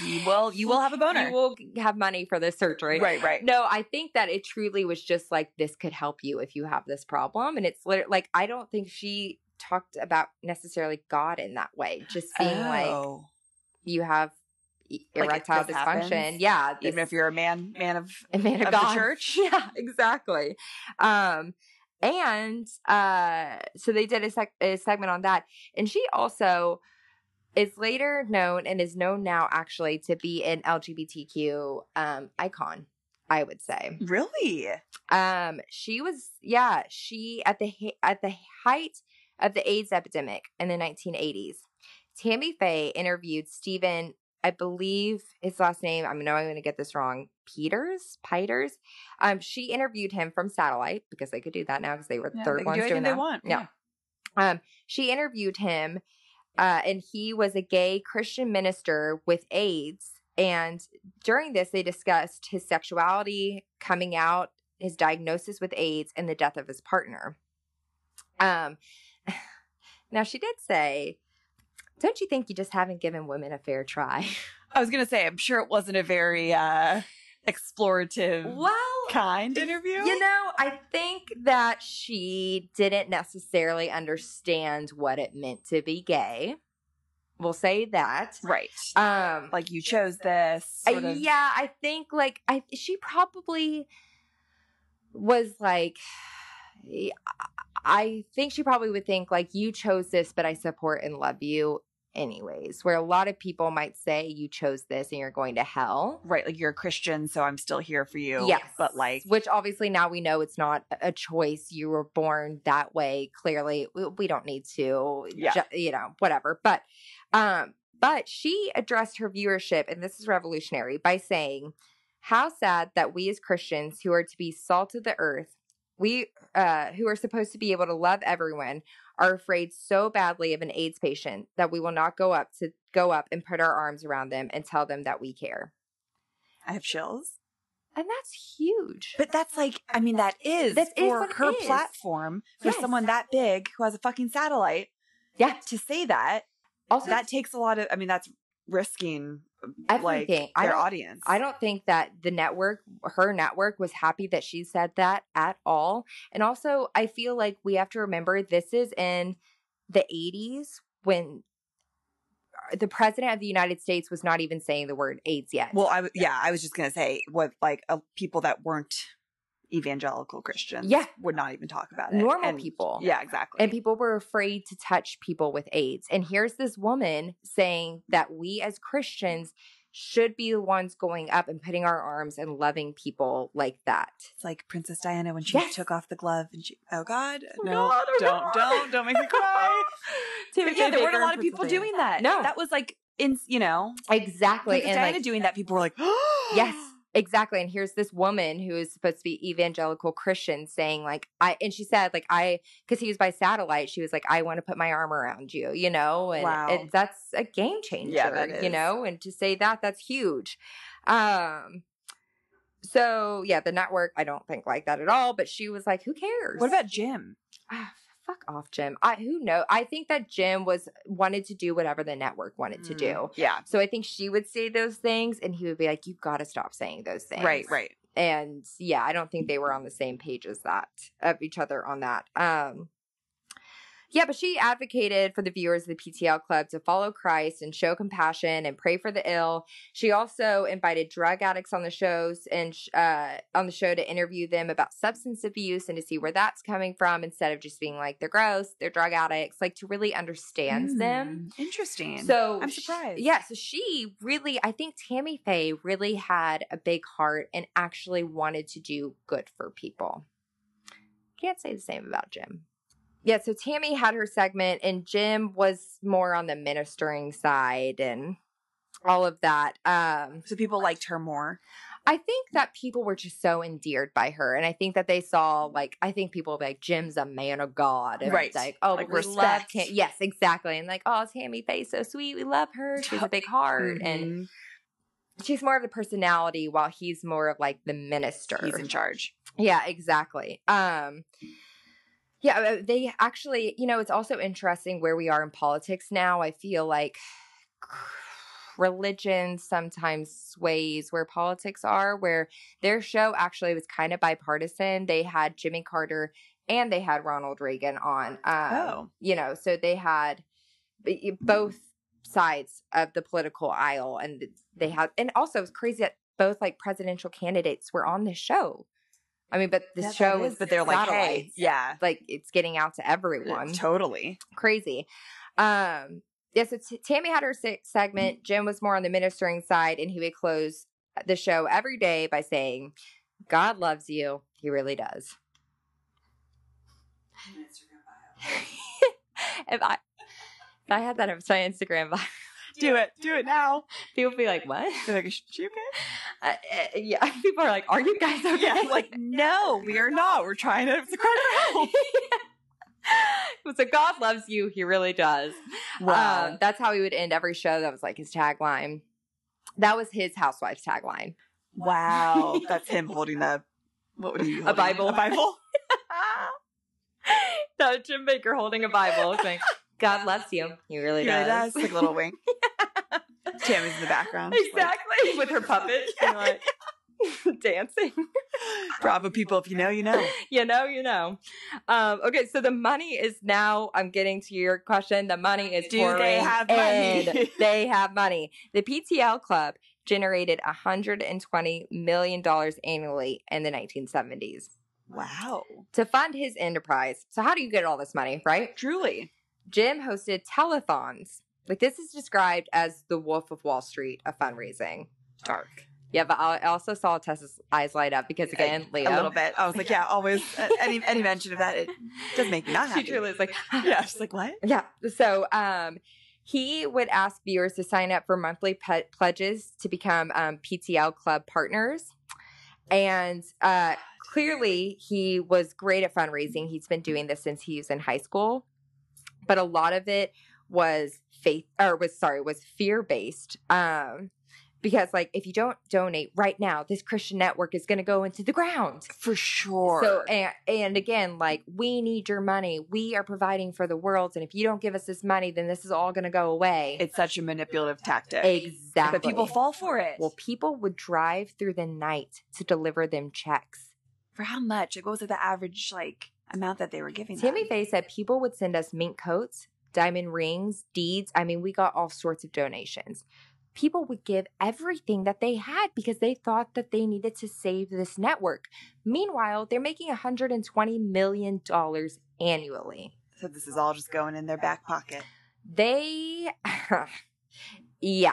he will. You will have a boner. You will have money for this surgery. Right, right. No, I think that it truly was just like this could help you if you have this problem, and it's literally like I don't think she talked about necessarily God in that way. Just seeing like Oh. you have e- Like, it erectile just dysfunction, happens, yeah, this- even if you're a man, man of a man of the church? yeah, exactly. Um, and uh, so they did a, sec- a segment on that, and she also is later known and is known now actually to be an LGBTQ um, icon. I would say. really. Um, she was, yeah, she at the hi- at the height of the AIDS epidemic in the 1980s. Tammy Faye interviewed Stephen, I believe his last name. I know I'm going to get this wrong. Peters, Peters. Um, she interviewed him from satellite because they could do that now because they were the Yeah, third they can ones do anything doing they that. want. Yeah. Um, she interviewed him, uh, and he was a gay Christian minister with AIDS. And during this, they discussed his sexuality, coming out, his diagnosis with AIDS, and the death of his partner. Um, now she did say, "Don't you think you just haven't given women a fair try?" I was gonna say, I'm sure it wasn't a very uh explorative Well, Mm. kind interview. You know, I think that she didn't necessarily understand what it meant to be gay. We'll say that. right. Um uh, like you chose this. I- Sort of, yeah, I think like I she probably was like eh, I- I think she probably would think like you chose this but I support and love you anyways, where a lot of people might say you chose this and you're going to hell. Right. Like you're a Christian, so I'm still here for you. Yes. But like, Which obviously now we know it's not a choice. You were born that way. Clearly, we, we don't need to, Yeah. ju- you know, whatever. But, um, but she addressed her viewership, and this is revolutionary, by saying, "How sad that we as Christians, who are to be salt of the earth, we uh, who are supposed to be able to love everyone, are afraid so badly of an AIDS patient that we will not go up to go up and put our arms around them and tell them that we care." I have chills. And that's huge. But that's like, I mean, that is That is for what it her is. platform for Yes. someone that big who has a fucking satellite Yeah. to say that. Also, that takes a lot of, I mean, that's risking like everything. their I don't, audience. I don't think that the network, her network, was happy that she said that at all. And also, I feel like we have to remember this is in the 80s when uh, the president of the United States was not even saying the word AIDS yet. Well, I w- yeah, I was just gonna say what like uh, people that weren't evangelical Christians, Yeah. would not even talk about it. Normal And- people. yeah, exactly. And people were afraid to touch people with AIDS. And here's this woman saying that we as Christians should be the ones going up and putting our arms and loving people like that. it's like Princess Diana when she Yes. took off the glove and she, oh God, no, God, oh don't, God. don't, don't make me cry. But yeah, there weren't a lot of people doing that. No. that was like in you know, Exactly. Princess And Diana like, doing that. People were like, yes, exactly. And here's this woman who is supposed to be evangelical Christian saying, like, I, and she said, like, I, because he was by satellite, she was like, I want to put my arm around you, you know? And Wow. it, that's a game changer, Yeah, that you is. know? And to say that, that's huge. Um, so yeah, the network, I don't think like that at all, but she was like, who cares? What about Jim? Ah, fuck off, Jim. I, who know? I think that Jim was, wanted to do whatever the network wanted to do. Mm, Yeah, So I think she would say those things and he would be like, You've got to stop saying those things. right, right. And yeah, I don't think they were on the same page as that of each other on that. Um yeah, but she advocated for the viewers of the PTL Club to follow Christ and show compassion and pray for the ill. She also invited drug addicts on the shows and sh- uh, on the show to interview them about substance abuse and to see where that's coming from instead of just being like they're gross, they're drug addicts, like to really understand them. Mm, Interesting. So I'm sh- surprised. yeah, so she really, I think Tammy Faye really had a big heart and actually wanted to do good for people. Can't say the same about Jim. Yeah, so Tammy had her segment, and Jim was more on the ministering side and all of that. Um, so people liked her more. I think that people were just so endeared by her, and I think that they saw like I think people were like Jim's a man of God, and Right. it's like oh, Like, we love respect. Tam- yes, exactly, and like oh, Tammy Faye's so sweet, we love her, she has a big heart, and Mhm. she's more of the personality, while he's more of like the minister. mm-hmm. he's in charge. Yeah, exactly. Um yeah, uh, they actually, you know, it's also interesting where we are in politics now. I feel like religion sometimes sways where politics are, where their show actually was kind of bipartisan. They had Jimmy Carter and they had Ronald Reagan on. Um, Oh. You know, so they had b- both sides of the political aisle and they had, and also it's crazy that both like presidential candidates were on this show. I mean, but this That show is, is, but they're like, hey, satellites. yeah, like it's getting out to everyone. totally. Crazy. Um, yeah, so T- Tammy had her se- segment. Jim was more on the ministering side, and he would close the show every day by saying, God loves you. He really does. if I if I had that on my Instagram bio, Do it, do it now. people would be like, "What?" They're like, is she okay? Uh, uh, yeah, people are like, "Are you guys okay?" Yeah, like no, we are not. We're trying to it's a cry for help. so God loves you. He really does. Um, that's how he would end every show. That was like his tagline. That was his housewife's tagline. wow, that's him holding a what would he be A holding? Bible. A Bible. No, Jim Baker holding a Bible. It's like, God loves you. He really He really does. Like a little wink. Tammy's in the background, just like, Exactly. With her puppet. you know, like, dancing. Bravo, people! If you know, you know. you know, you know. Um, okay, so the money is now. I'm getting to your question. The money is. Do they pouring have money? in. they have money. The PTL Club generated 120 million dollars annually in the 1970s Wow, to fund his enterprise. So how do you get all this money, right? truly. Jim hosted telethons Like this is described as the Wolf of Wall Street of fundraising. Dark. Yeah, but I I also saw Tessa's eyes light up because again, Leo. A little bit. I was like, yeah, always uh, any any mention of that it does make me not happy. She truly is like, yeah, she's like, what? Yeah. So um, he would ask viewers to sign up for monthly pet pledges to become um, PTL club partners. And uh, clearly, he was great at fundraising. He's been doing this since he was in high school, but a lot of it was faith or was sorry was fear based. Um, because like if you don't donate right now, this Christian network is going to go into the ground. For sure. So and, and again, like we need your money. We are providing for the world, and if you don't give us this money, then this is all going to go away. it's such a manipulative tactic. exactly. But people fall for it. Well, people would drive through the night to deliver them checks. for how much? Like, what was it, the average like amount that they were giving? Tammy them? Faye said people would send us mink coats, diamond rings, deeds. I mean, we got all sorts of donations. People would give everything that they had because they thought that they needed to save this network. Meanwhile, they're making $120 million annually. So this is all just going in their back pocket. they yeah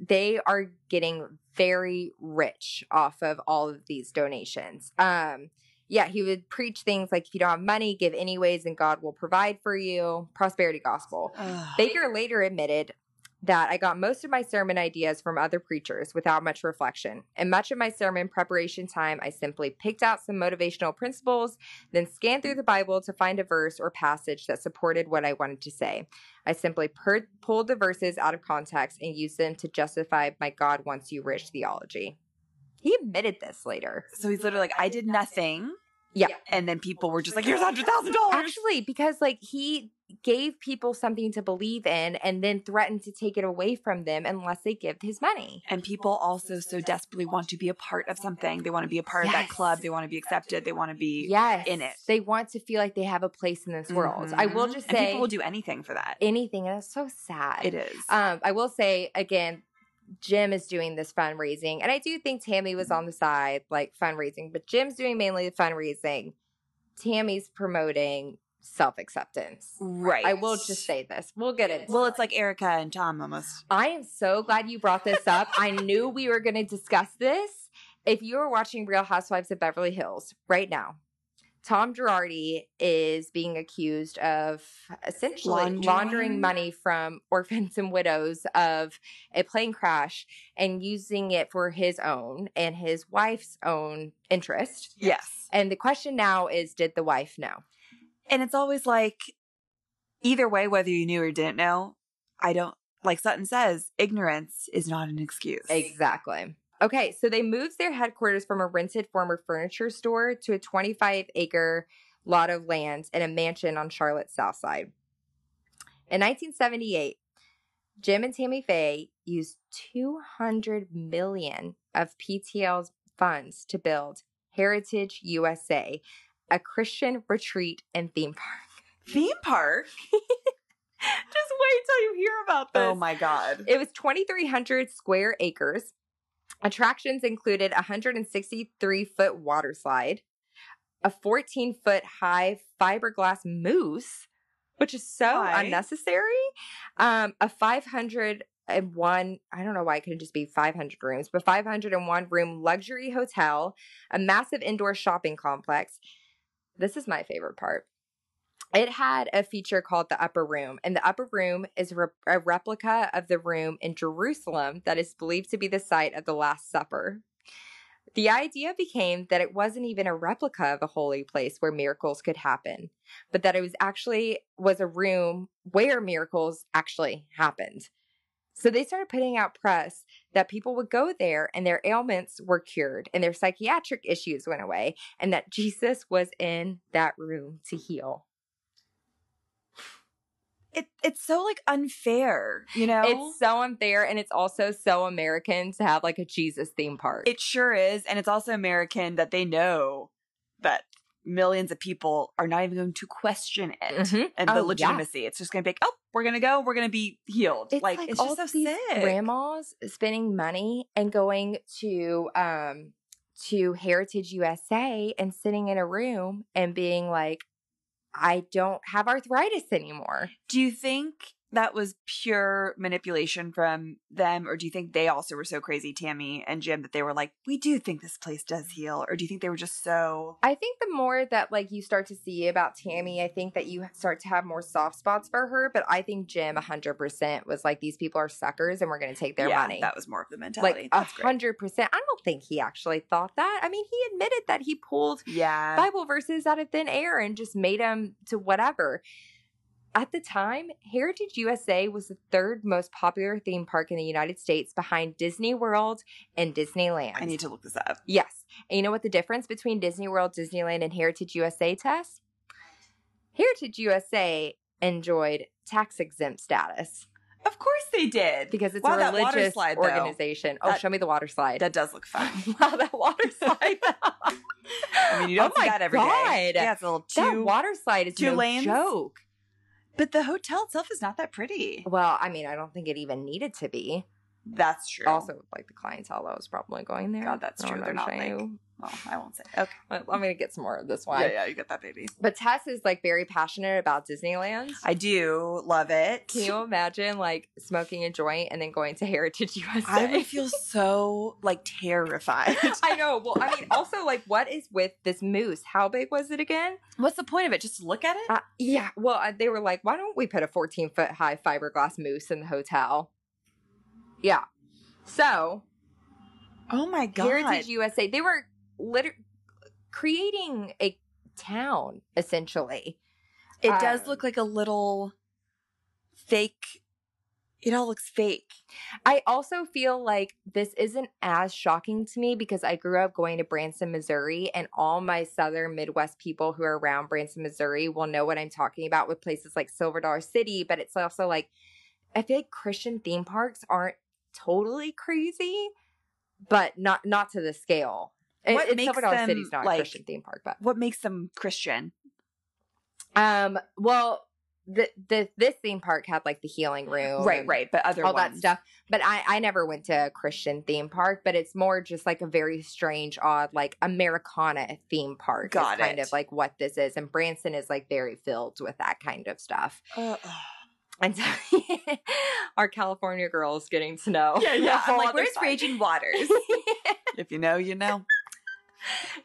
they are getting very rich off of all of these donations um yeah he would preach things like if you don't have money give anyways and god will provide for you prosperity gospel Ugh. baker later admitted that i got most of my sermon ideas from other preachers without much reflection and much of my sermon preparation time i simply picked out some motivational principles then scanned through the bible to find a verse or passage that supported what i wanted to say I simply pur- pulled the verses out of context and used them to justify my God wants you rich theology. He admitted this later. so he's literally like, I did nothing. Yeah. And then people were just like, here's hundred thousand dollars. Actually, because like he gave people something to believe in and then threatened to take it away from them unless they give his money. And people also so desperately want to be a part of something. They want to be a part of that Yes. club. They want to be accepted. They want to be Yes. in it. They want to feel like they have a place in this world. I will Mhm. just And say people will do anything for that. anything, and that's so sad. It is. Um, I will say again, Jim is doing this fundraising, and I do think Tammy was Mm-hmm. on the side, like fundraising, but Jim's doing mainly the fundraising. Tammy's promoting self acceptance. right. I will just say this. We'll get it. Well, it's like Erica and Tom almost. I am so glad you brought this up. I knew we were going to discuss this. If you are watching Real Housewives of Beverly Hills right now, Tom Girardi is being accused of essentially Laundering? laundering, money from orphans and widows of a plane crash and using it for his own and his wife's own interest. Yes. And the question now is did the wife know? And it's always like, either way, whether you knew or didn't know, I don't, like Sutton says, ignorance is not an excuse. Exactly. Okay, so they moved their headquarters from a rented former furniture store to a 25 acre lot of land in a mansion on Charlotte's South Side. In 1978, Jim and Tammy Faye used 200 million of PTL's funds to build Heritage USA, a Christian retreat and theme park. Theme park? Just wait till you hear about Oh my God. It was 2,300 square acres. Attractions included a 163 foot water slide, a 14 foot high fiberglass moose, which is so Why? unnecessary, um, a 501, I don't know why it couldn't just be 500 rooms, but 501 room luxury hotel, a massive indoor shopping complex. This is my favorite part. It had a feature called the Upper Room, and the Upper Room is re- a replica of the room in Jerusalem that is believed to be the site of the Last Supper. The idea became that it wasn't even a replica of a holy place where miracles could happen, but that it was actually was a room where miracles actually happened. So they started putting out press that people would go there and their ailments were cured and their psychiatric issues went away and that Jesus was in that room to heal. It, it's so like unfair, you know? It's so unfair, and it's also so American to have like a Jesus theme park. it sure is. And it's also American that they know that millions of people are not even going to question it Mhm. and the Oh, yeah. legitimacy. It's just going to be like, oh, we're going to go. We're going to be healed. It's like, like it's just all so these sick. Grandmas spending money and going to um to Heritage USA and sitting in a room and being like, I don't have arthritis anymore. Do you think that was pure manipulation from them, or do you think they also were so crazy, Tammy and Jim, that they were like, we do think this place does heal, or do you think they were just so? I think the more that like you start to see about Tammy, I think that you start to have more soft spots for her. But I think Jim 100% was like, these people are suckers and we're going to take their Yeah, money. That was more of the mentality. like a That's great. hundred percent. I don't think he actually thought that. I mean, he admitted that he pulled Yeah. Bible verses out of thin air and just made them to whatever. At the time, Heritage USA was the third most popular theme park in the United States behind Disney World and Disneyland. I need to look this up. Yes. And you know what the difference between Disney World, Disneyland, and Heritage USA test? Heritage USA enjoyed tax exempt status Of course they did. because it's Wow, a that water religious slide, though. organization. oh, That- show me the water slide. That does look fun. wow, that water slide. I mean, you don't oh my see that every day. God. Yeah, it's a little that too. water slide is two no lanes? joke. but the hotel itself is not that pretty. Well, I mean, I don't think it even needed to be. That's true. Also, like the clientele that was probably going there. God, that's I don't true. know They're what not, I'm like- saying. well, I won't say. Okay. But I'm going to get some more of this one. Yeah, yeah, you got that baby. But Tess is like very passionate about Disneyland. I do love it. Can you imagine like smoking a joint and then going to Heritage USA? I would feel so like terrified. I know. Well, I mean, also like, what is with this moose? How big was it again? What's the point of it? Just to look at it? Uh, yeah. Well, uh, they were like, why don't we put a 14 foot high fiberglass moose in the hotel? Yeah. So Oh my god! Heritage USA, they were liter- creating a town essentially. it does um, look like a little fake. It all looks fake. I also feel like this isn't as shocking to me because I grew up going to Branson, Missouri, and all my southern Midwest people who are around Branson, Missouri will know what I'm talking about with places like Silver Dollar City. But it's also like, I feel like Christian theme parks aren't totally crazy, but not not to the scale. It- What it's makes Silver Dollar them, City's not like- a Christian theme park, but What makes them Christian? Um, well, the the this theme park had like the healing room, right, and right. But other all that ones. stuff. But I I never went to a Christian theme park, but it's more just like a very strange, odd, like Americana theme park. is Got kind it. of like what this is, and Branson is like very filled with that kind of stuff. Uh, And so our California girls getting to know, yeah, yeah. the I'm whole like, Oh. other where's side. Raging Waters? if you know, you know.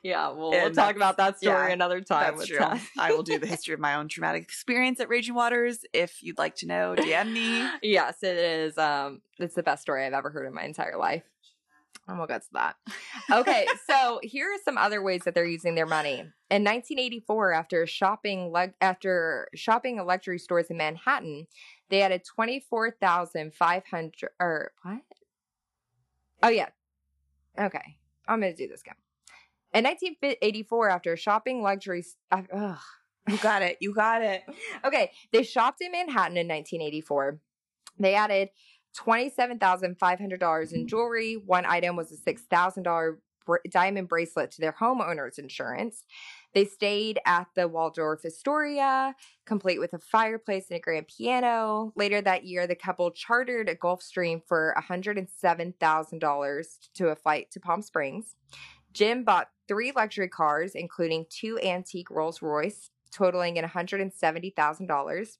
Yeah, well, And we'll talk about that story yeah, another time. That's with true. Tess. I will do the history of my own traumatic experience at Raging Waters. If you'd like to know, DM me. yes, it is. Um, it's the best story I've ever heard in my entire life. And we'll get to that. Okay, so here are some other ways that they're using their money. In 1984, after shopping lug after shopping at luxury stores in Manhattan, they had a 24,500 or what? Oh yeah. Okay, I'm gonna do this again. In 1984, after shopping luxury, s- af- ugh, You got it. You got it. Okay, they shopped in Manhattan in 1984. They added $27,500 in jewelry. One item was a $6,000 br- diamond bracelet to their homeowner's insurance. They stayed at the Waldorf Astoria, complete with a fireplace and a grand piano. Later that year, the couple chartered a Gulfstream for $107,000 to a flight to Palm Springs. Jim bought three luxury cars, including two antique Rolls Royce, totaling in $170,000.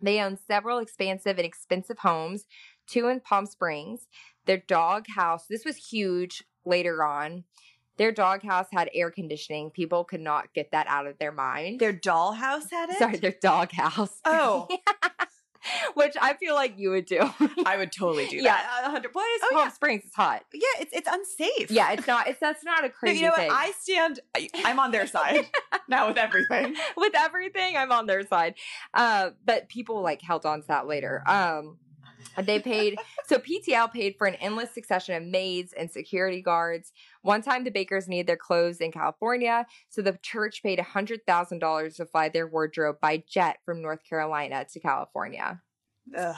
They own several expansive and expensive homes, two in Palm Springs. Their dog house, this was huge later on. Their dog house had air conditioning. People could not get that out of their mind. Their dollhouse had it. Sorry, their dog house. Oh. Which I feel like you would do. I would totally do yeah, that. 100. What is Oh, Palm yeah. Springs? It's hot. Yeah, it's it's unsafe. Yeah, it's not. It's that's not a No, crazy you know thing. what? I stand. I, I'm on their side now with everything. with everything i'm on their side uh, but people like held on to that later um, they paid so ptl paid for an endless succession of maids and security guards one time the bakers needed their clothes in california so the church paid $100000 to fly their wardrobe by jet from north carolina to california Ugh.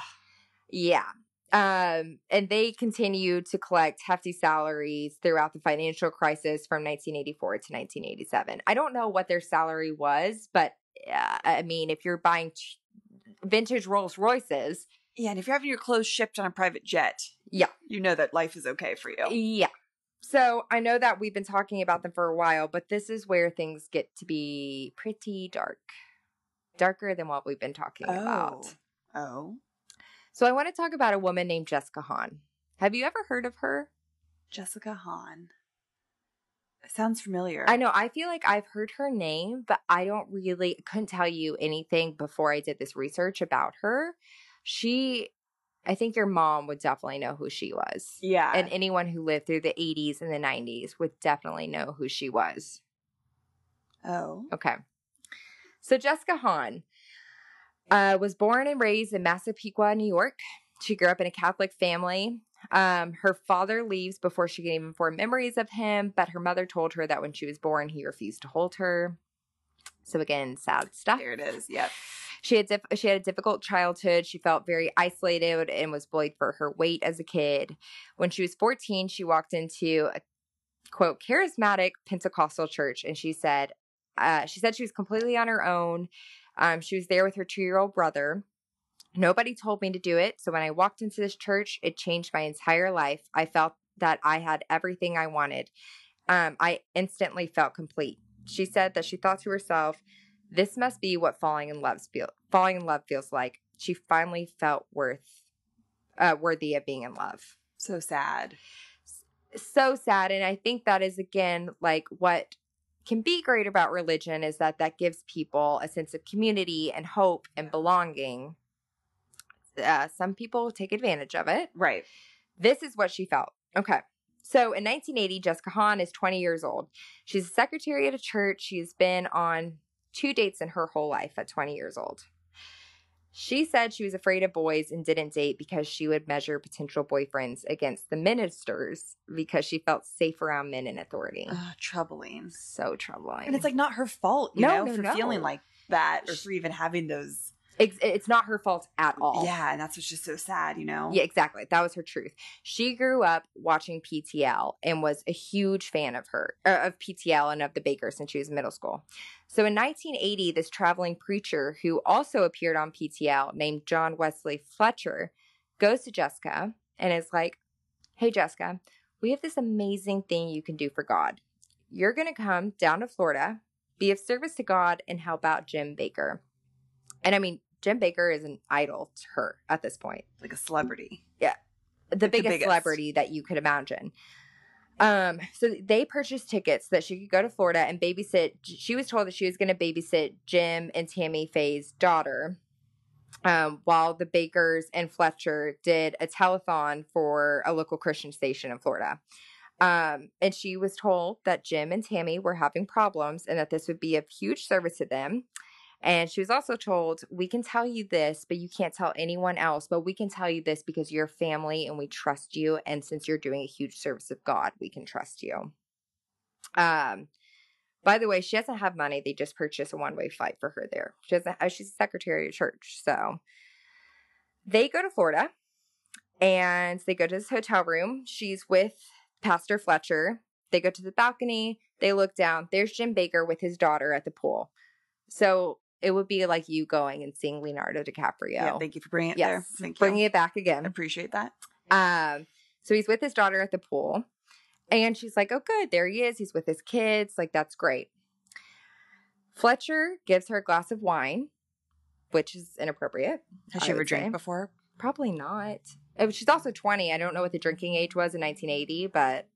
yeah. Um, and they continued to collect hefty salaries throughout the financial crisis from 1984 to 1987. I don't know what their salary was, but uh, I mean, if you're buying ch- vintage Rolls Royces, Yeah, and if you're having your clothes shipped on a private jet, Yeah. you know that life is okay for you. yeah. So I know that we've been talking about them for a while, but this is where things get to be pretty dark, darker than what we've been talking about. Oh, So I want to talk about a woman named Jessica Hahn. Have you ever heard of her? Jessica Hahn. Sounds familiar. I know. I feel like I've heard her name, but I don't really couldn't tell you anything before I did this research about her. She, I think your mom would definitely know who she was, Yeah. and anyone who lived through the '80s and the '90s would definitely know who she was. oh. Okay, so Jessica Hahn uh, was born and raised in Massapequa, New York. She grew up in a Catholic family. Um, her father leaves before she can even form memories of him, but her mother told her that when she was born, he refused to hold her. So again, sad stuff. There it is. Yep. She had dif- she had a difficult childhood. She felt very isolated and was bullied for her weight as a kid. When she was 14, she walked into a quote charismatic Pentecostal church, and she said uh, she said she was completely on her own. Um, she was there with her two year old brother. Nobody told me to do it. So when I walked into this church, it changed my entire life. I felt that I had everything I wanted. Um, I instantly felt complete. She said that she thought to herself, "This must be what falling in love feel, falling in love feels like." She finally felt worth uh, worthy of being in love. So sad. So sad, and I think that is again like what can be great about religion is that that gives people a sense of community and hope and belonging. Uh, some people take advantage of it. Right. This is what she felt. Okay. So in 1980, Jessica Hahn is 20 years old. She's a secretary at a church. She's been on two dates in her whole life at 20 years old. She said she was afraid of boys and didn't date because she would measure potential boyfriends against the ministers because she felt safe around men in authority. Ugh, troubling. So troubling. And it's like not her fault, you No, know, no, for no. feeling like that or Sh- for even having those. it's, it's not her fault at all. Yeah. And that's what's just so sad, you know? Yeah, exactly. That was her truth. She grew up watching PTL and was a huge fan of her uh, of PTL and of the Baker since she was in middle school. So in 1980, this traveling preacher who also appeared on PTL named John Wesley Fletcher goes to Jessica and is like, "Hey Jessica, we have this amazing thing you can do for God. You're going to come down to Florida, be of service to God and help out Jim Baker." And I mean, Jim Baker is an idol to her at this point Like a celebrity. the biggest, biggest. celebrity that you could imagine. Um, so they purchased tickets so that she could go to Florida and babysit. She was told that she was going to babysit Jim and Tammy Faye's daughter, um, while the Bakers and Fletcher did a telethon for a local Christian station in Florida. Um, and she was told that Jim and Tammy were having problems and that this would be of huge service to them. And she was also told, We can tell you this, but you can't tell anyone else. But we can tell you this because you're family and we trust you. And since you're doing a huge service of God, we can trust you. Um, by the way, she doesn't have money. They just purchased a one way flight for her there. She doesn't, uh, she's a secretary of church. So they go to Florida and they go to this hotel room. She's with Pastor Fletcher. They go to the balcony. They look down. There's Jim Baker with his daughter at the pool. So it would be like you going and seeing Leonardo DiCaprio. Yeah. Thank you for bringing it there. yes, Thank bringing you. it back again. I appreciate that. Um, so he's with his daughter at the pool, and she's like, "Oh, good, there he is. He's with his kids. Like that's great." Fletcher gives her a glass of wine, which is inappropriate. Has I she ever would say. drank before? Probably not. Oh, She's also twenty. I don't know what the drinking age was in 1980, but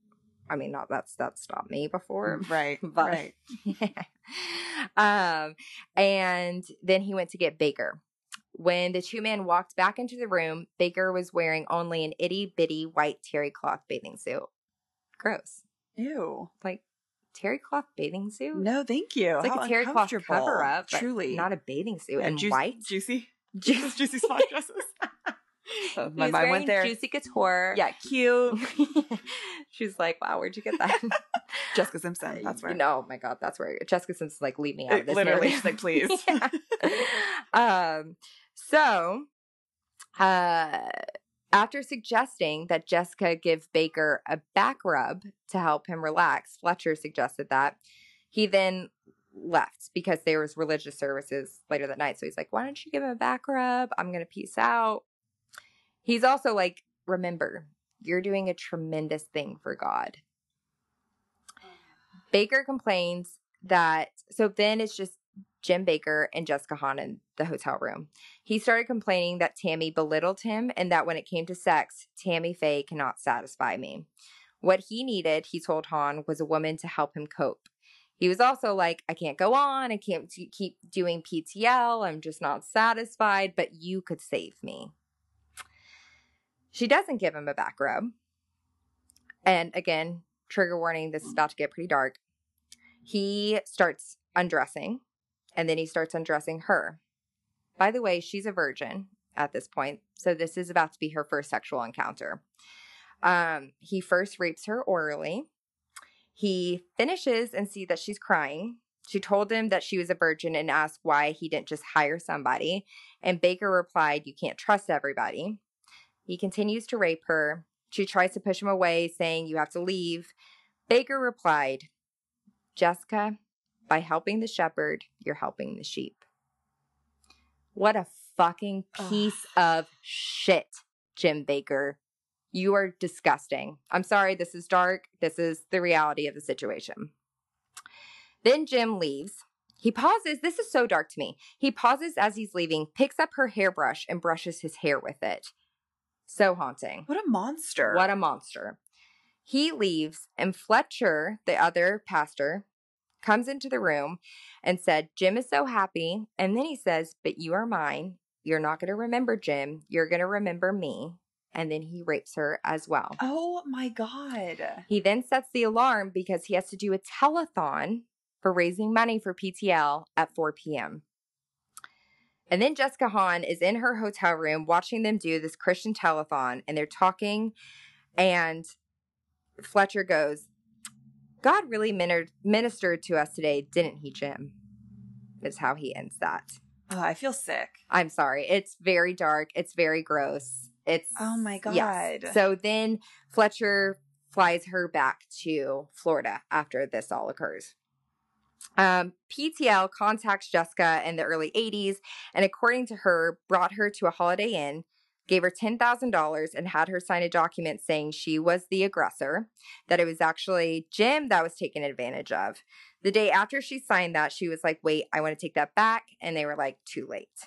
I mean, not that's that's not me before. Right. But- Right. um, and then he went to get Baker. When the two men walked back into the room, Baker was wearing only an itty bitty white terry cloth bathing suit. Gross. Ew. Like terry cloth bathing suit? No, thank you. It's like How a terry cloth uncomfortable. cover up, Truly. truly, not a bathing suit. Yeah, and juice- white, Juicy. Ju- juicy spot dresses. Oh, He my was mind wearing went there. Juicy couture. Yeah, cute. she's like, wow, where'd you get that? Jessica Simpson. That's where. You know, oh my god, that's where Jessica Simpson's like, leave me out of this. literally, narrative." she's like, please. Yeah. um, so, uh, after suggesting that Jessica give Baker a back rub to help him relax, Fletcher suggested that. He then left because there was religious services later that night. So he's like, why don't you give him a back rub? I'm going to peace out. He's also like, remember, you're doing a tremendous thing for God. Baker complains that, so then it's just Jim Baker, and Jessica Hahn in the hotel room. He started complaining that Tammy belittled him and that when it came to sex, Tammy Faye cannot satisfy me. What he needed, he told Hahn, was a woman to help him cope. He was also like, I can't go on. I can't t- keep doing PTL. I'm just not satisfied, but you could save me. She doesn't give him a back rub. And again, trigger warning this is about to get pretty dark. He starts undressing and then he starts undressing her. By the way, she's a virgin at this point, so this is about to be her first sexual encounter. Um, he first rapes her orally. He finishes and sees that she's crying. She told him that she was a virgin and asked why he didn't just hire somebody. And Baker replied, You can't trust everybody. He continues to rape her. She tries to push him away, saying, You have to leave. Baker replied, Jessica, by helping the shepherd, you're helping the sheep. What a fucking piece of shit, Jim Baker. You are disgusting. I'm sorry, this is dark. This is the reality of the situation. Then Jim leaves. He pauses. This is so dark to me. He pauses as he's leaving, picks up her hairbrush, and brushes his hair with it. So haunting. What a monster. What a monster. He leaves, and Fletcher, the other pastor, comes into the room and said, Jim is so happy. And then he says, But you are mine. You're not going to remember Jim. You're going to remember me. And then he rapes her as well. oh my God. He then sets the alarm because he has to do a telethon for raising money for PTL at 4 p.m. And then Jessica Hahn is in her hotel room watching them do this Christian telethon and they're talking. And Fletcher goes, God really minered- ministered to us today, didn't he, Jim? Is how he ends that. Oh, I feel sick. I'm sorry. It's very dark. It's very gross. It's Oh my God. So then Fletcher flies her back to Florida after this all occurs. Um, PTL contacts Jessica in the early 80s and, according to her, brought her to a Holiday Inn, gave her $10,000, and had her sign a document saying she was the aggressor, that it was actually Jim that was taken advantage of. The day after she signed that, she was like, wait, I want to take that back. And they were like, too late.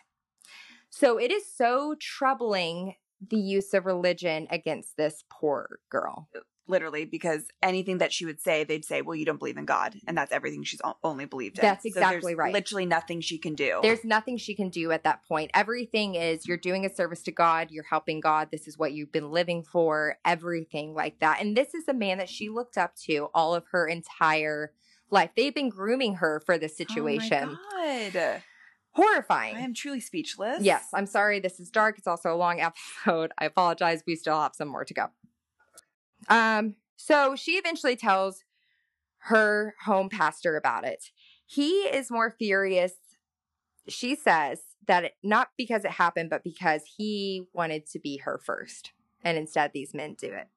So it is so troubling the use of religion against this poor girl. Literally, because anything that she would say, they'd say, Well, you don't believe in God. And that's everything she's o- only believed in. That's So there's exactly right. Literally nothing she can do. There's nothing she can do at that point. Everything is you're doing a service to God, you're helping God, this is what you've been living for, everything like that. And this is the man that she looked up to all of her entire life. They've been grooming her for this situation. Oh my God. Horrifying. I am truly speechless. Yes, I'm sorry. This is dark. It's also a long episode. I apologize. We still have some more to go. Um, so she eventually tells her home pastor about it. He is more furious. She says that it, not because it happened, but because he wanted to be her first, and instead these men do it.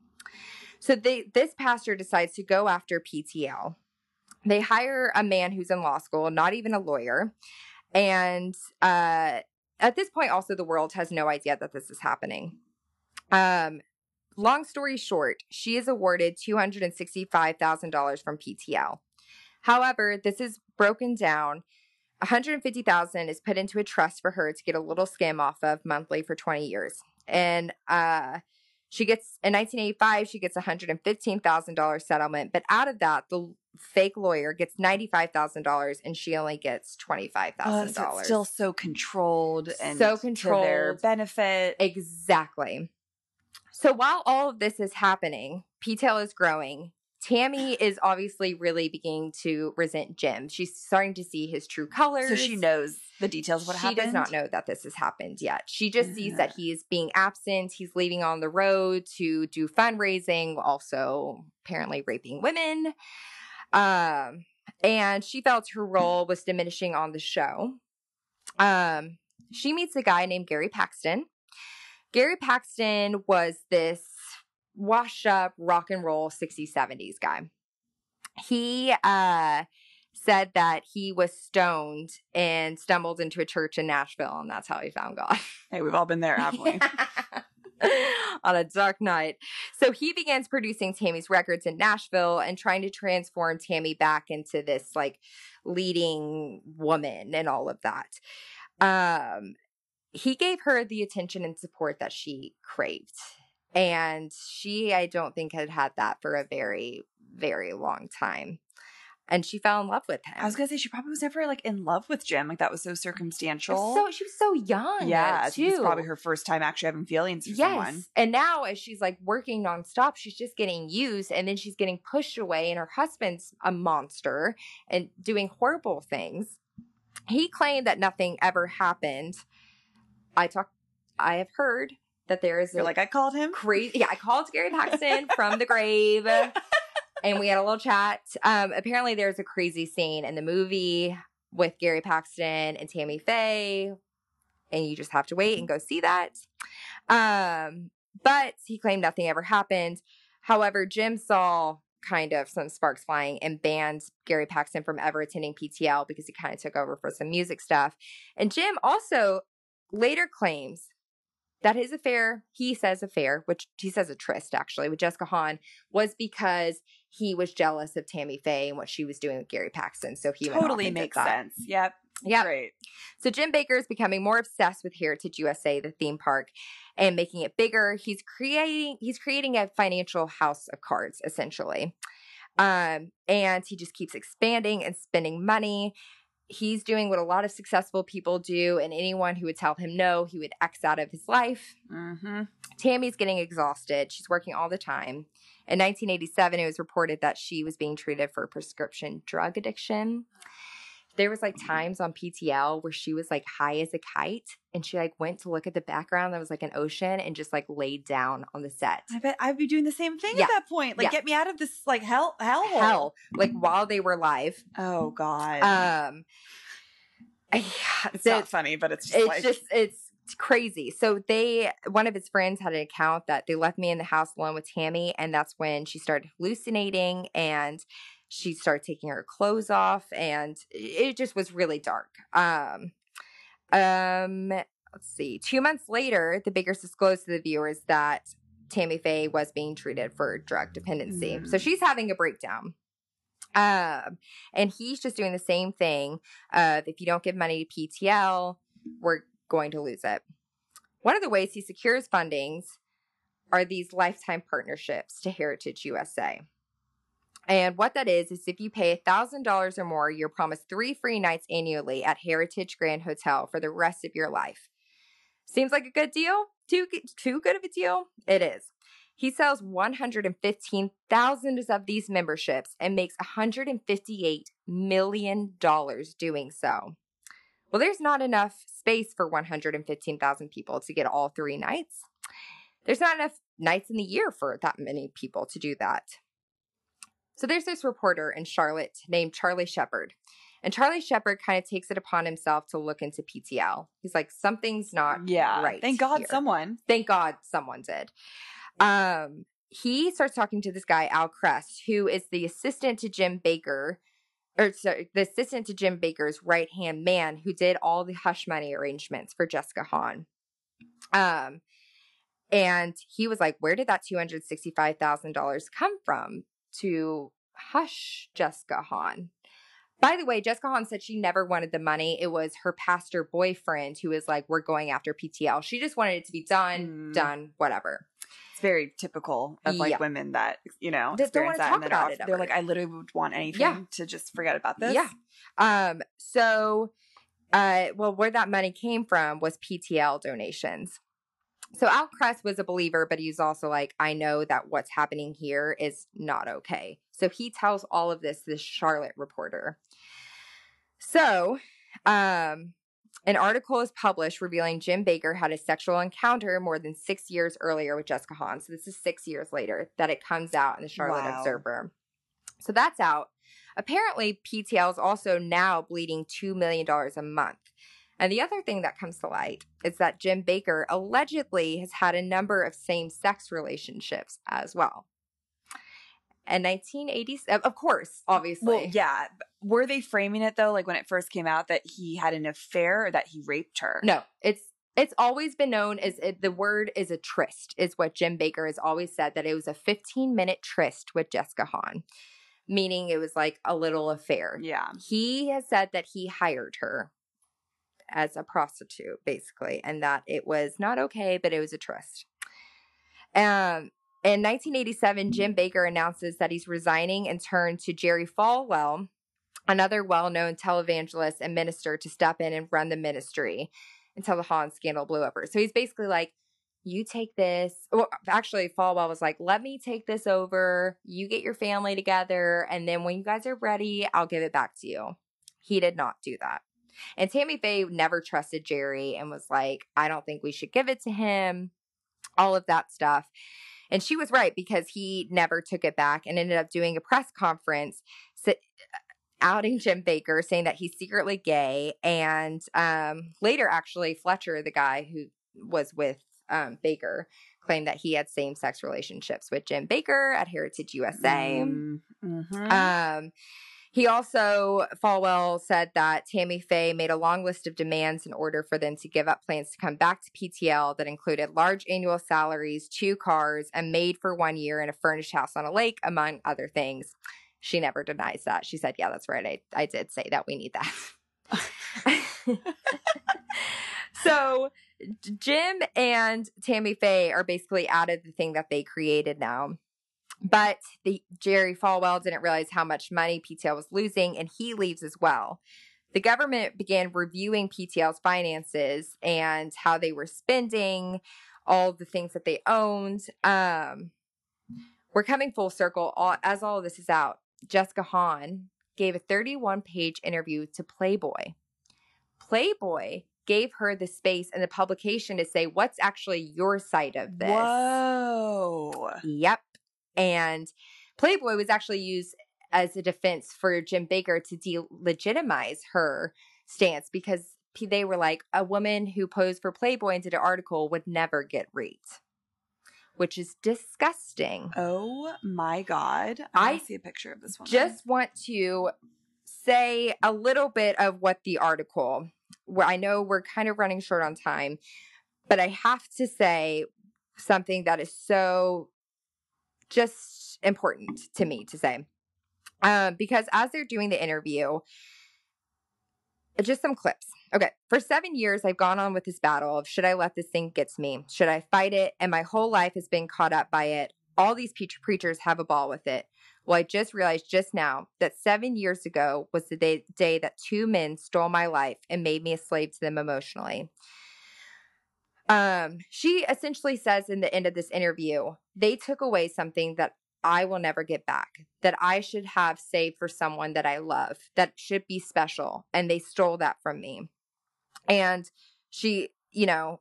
So they, this pastor decides to go after PTL. They hire a man who's in law school, not even a lawyer, and uh, at this point also the world has no idea that this is happening um long story short she is awarded $265000 from ptl however this is broken down 150000 is put into a trust for her to get a little skim off of monthly for 20 years and uh she gets in 1985 she gets $115000 settlement but out of that the fake lawyer gets $95000 and she only gets $25000 Oh, so it's still so controlled and So to their controlled. benefit. Exactly. So while all of this is happening, P-Tail is growing. Tammy is obviously really beginning to resent Jim. She's starting to see his true colors. so she knows the details of what she happened. Mm-hmm. does not know that this has happened yet. She just sees that he is being absent. He's leaving on the road to do fundraising, also apparently raping women. Um, and she felt her role was diminishing on the show. Um, she meets a guy named Gary Paxton. Gary Paxton was this washed up rock and roll 60s, 70s guy. He uh, said that he was stoned and stumbled into a church in Nashville, and that's how he found God. Hey, we've all been there, haven't we? on a dark night. So he begins producing Tammy's records in Nashville and trying to transform Tammy back into this like leading woman and all of that. Um, he gave her the attention and support that she craved. And she, I don't think, had had that for a very, very long time. And she fell in love with him. I was gonna say she probably was never like in love with Jim. Like that was so circumstantial. so she was so young. yeah, too. it's probably her first time actually having feelings for Yes. someone. And now, as she's like working nonstop, she's just getting used and then she's getting pushed away, and her husband's a monster and doing horrible things. He claimed that nothing ever happened. I talk, I have heard that there is You're a like I called him. crazy. Yeah, I called Gary Paxton from the grave and we had a little chat. Um, apparently, there's a crazy scene in the movie with Gary Paxton and Tammy Faye, and you just have to wait and go see that. Um, but he claimed nothing ever happened. However, Jim saw kind of some sparks flying and banned Gary Paxton from ever attending PTL because he kind of took over for some music stuff. And Jim also later claims that his affair, he says affair, which he says a tryst actually with Jessica Hahn, was because he was jealous of Tammy Faye and what she was doing with Gary Paxton. So he went off totally and did makes that. sense. Yep. Yep. Great. So Jim Baker is becoming more obsessed with Heritage USA, the theme park, and making it bigger. He's creating he's creating a financial house of cards, essentially. Um, and he just keeps expanding and spending money. He's doing what a lot of successful people do, and anyone who would tell him no, he would X out of his life. Mm-hmm. Tammy's getting exhausted. She's working all the time. In 1987, it was reported that she was being treated for prescription drug addiction. There was like times on PTL where she was like high as a kite and she like went to look at the background that was like an ocean and just like laid down on the set. I bet I'd be doing the same thing Yeah. at that point. Like Yeah. get me out of this like hell hell hole. Hell, like while they were live. Oh God. Um it's the- not funny, but it's just it's like just it's crazy. So they one of his friends had an account that they left me in the house alone with Tammy, and that's when she started hallucinating and she started taking her clothes off, and it just was really dark. Um, um, let's see. Two months later, the Bakers disclosed to the viewers that Tammy Faye was being treated for drug dependency, Mm. so she's having a breakdown. Um, and he's just doing the same thing of if you don't give money to PTL, we're going to lose it. One of the ways he secures fundings are these lifetime partnerships to Heritage USA. And what that is, is if you pay $1,000 or more, you're promised three free nights annually at Heritage Grand Hotel for the rest of your life. Seems like a good deal? Too, g- too good of a deal? It is. He sells 115,000 of these memberships and makes $158 million doing so. Well, there's not enough space for 115,000 people to get all three nights. There's not enough nights in the year for that many people to do that. So there's this reporter in Charlotte named Charlie Shepard. And Charlie Shepard kind of takes it upon himself to look into PTL. He's like, something's Uh, not yeah. right. Thank God here someone. thank God someone did. Um, he starts talking to this guy, Al Crest, who is the assistant to Jim Baker, or sorry, the assistant to Jim Baker's right hand man who did all the hush money arrangements for Jessica Hahn. Um, and he was like, Where did that $265,000 come from to hush Jessica Hahn? By the way, Jessica Hahn said she never wanted the money. It was her pastor boyfriend who was like, We're going after PTL. She just wanted it to be done, Mm. done, whatever. It's very typical of like Yeah. women that you know Just don't wanna experience that, talk and then about off- it they're ever. like, I literally would want anything Yeah. to just forget about this. Yeah. Um, so uh well, where that money came from was PTL donations. So Al Crest was a believer, but he's also like, I know that what's happening here is not okay. So he tells all of this to this Charlotte reporter. So um an article is published revealing Jim Baker had a sexual encounter more than six years earlier with Jessica Hahn. So this is six years later that it comes out in the Charlotte Wow. Observer. So that's out. Apparently, PTL is also now bleeding $2 million a month. And the other thing that comes to light is that Jim Baker allegedly has had a number of same sex relationships as well. In 1987, of course, obviously. Well, yeah. but Were they framing it though, like when it first came out that he had an affair or that he raped her? No, it's It's always been known as it, the word is a tryst, is what Jim Baker has always said that it was a 15 minute tryst with Jessica Hahn, meaning it was like a little affair. Yeah. He has said that he hired her as a prostitute, basically, and that it was not okay, but it was a tryst. Um, in 1987, Jim Baker announces that he's resigning and turned to Jerry Falwell, another well known televangelist and minister, to step in and run the ministry until the Hahn scandal blew over. So he's basically like, you take this. Well, actually, Falwell was like, let me take this over. You get your family together. And then when you guys are ready, I'll give it back to you. He did not do that. And Tammy Faye never trusted Jerry and was like, I don't think we should give it to him, all of that stuff. And she was right because he never took it back and ended up doing a press conference sa- outing Jim Baker, saying that he's secretly gay. And um, later, actually, Fletcher, the guy who was with um, Baker, claimed that he had same sex relationships with Jim Baker at Heritage USA. Mm. Mm-hmm. Um, he also, Falwell said that Tammy Faye made a long list of demands in order for them to give up plans to come back to PTL that included large annual salaries, two cars, a maid for one year, and a furnished house on a lake, among other things. She never denies that. She said, Yeah, that's right. I, I did say that. We need that. so Jim and Tammy Faye are basically out of the thing that they created now. But the Jerry Falwell didn't realize how much money PTL was losing, and he leaves as well. The government began reviewing PTL's finances and how they were spending all the things that they owned. Um, we're coming full circle all, as all of this is out. Jessica Hahn gave a 31 page interview to Playboy. Playboy gave her the space and the publication to say, What's actually your side of this? Whoa. Yep. And Playboy was actually used as a defense for Jim Baker to delegitimize her stance because p- they were like, a woman who posed for Playboy and did an article would never get reads, which is disgusting. Oh my God. I I, wanna see a picture of this one. Just want to say a little bit of what the article, where I know we're kind of running short on time, but I have to say something that is so just important to me to say. Um, because as they're doing the interview, just some clips. Okay. For seven years, I've gone on with this battle of should I let this thing get to me? Should I fight it? And my whole life has been caught up by it. All these pe- preachers have a ball with it. Well, I just realized just now that seven years ago was the day, day that two men stole my life and made me a slave to them emotionally. Um, she essentially says in the end of this interview, they took away something that I will never get back, that I should have saved for someone that I love, that should be special. And they stole that from me. And she, you know,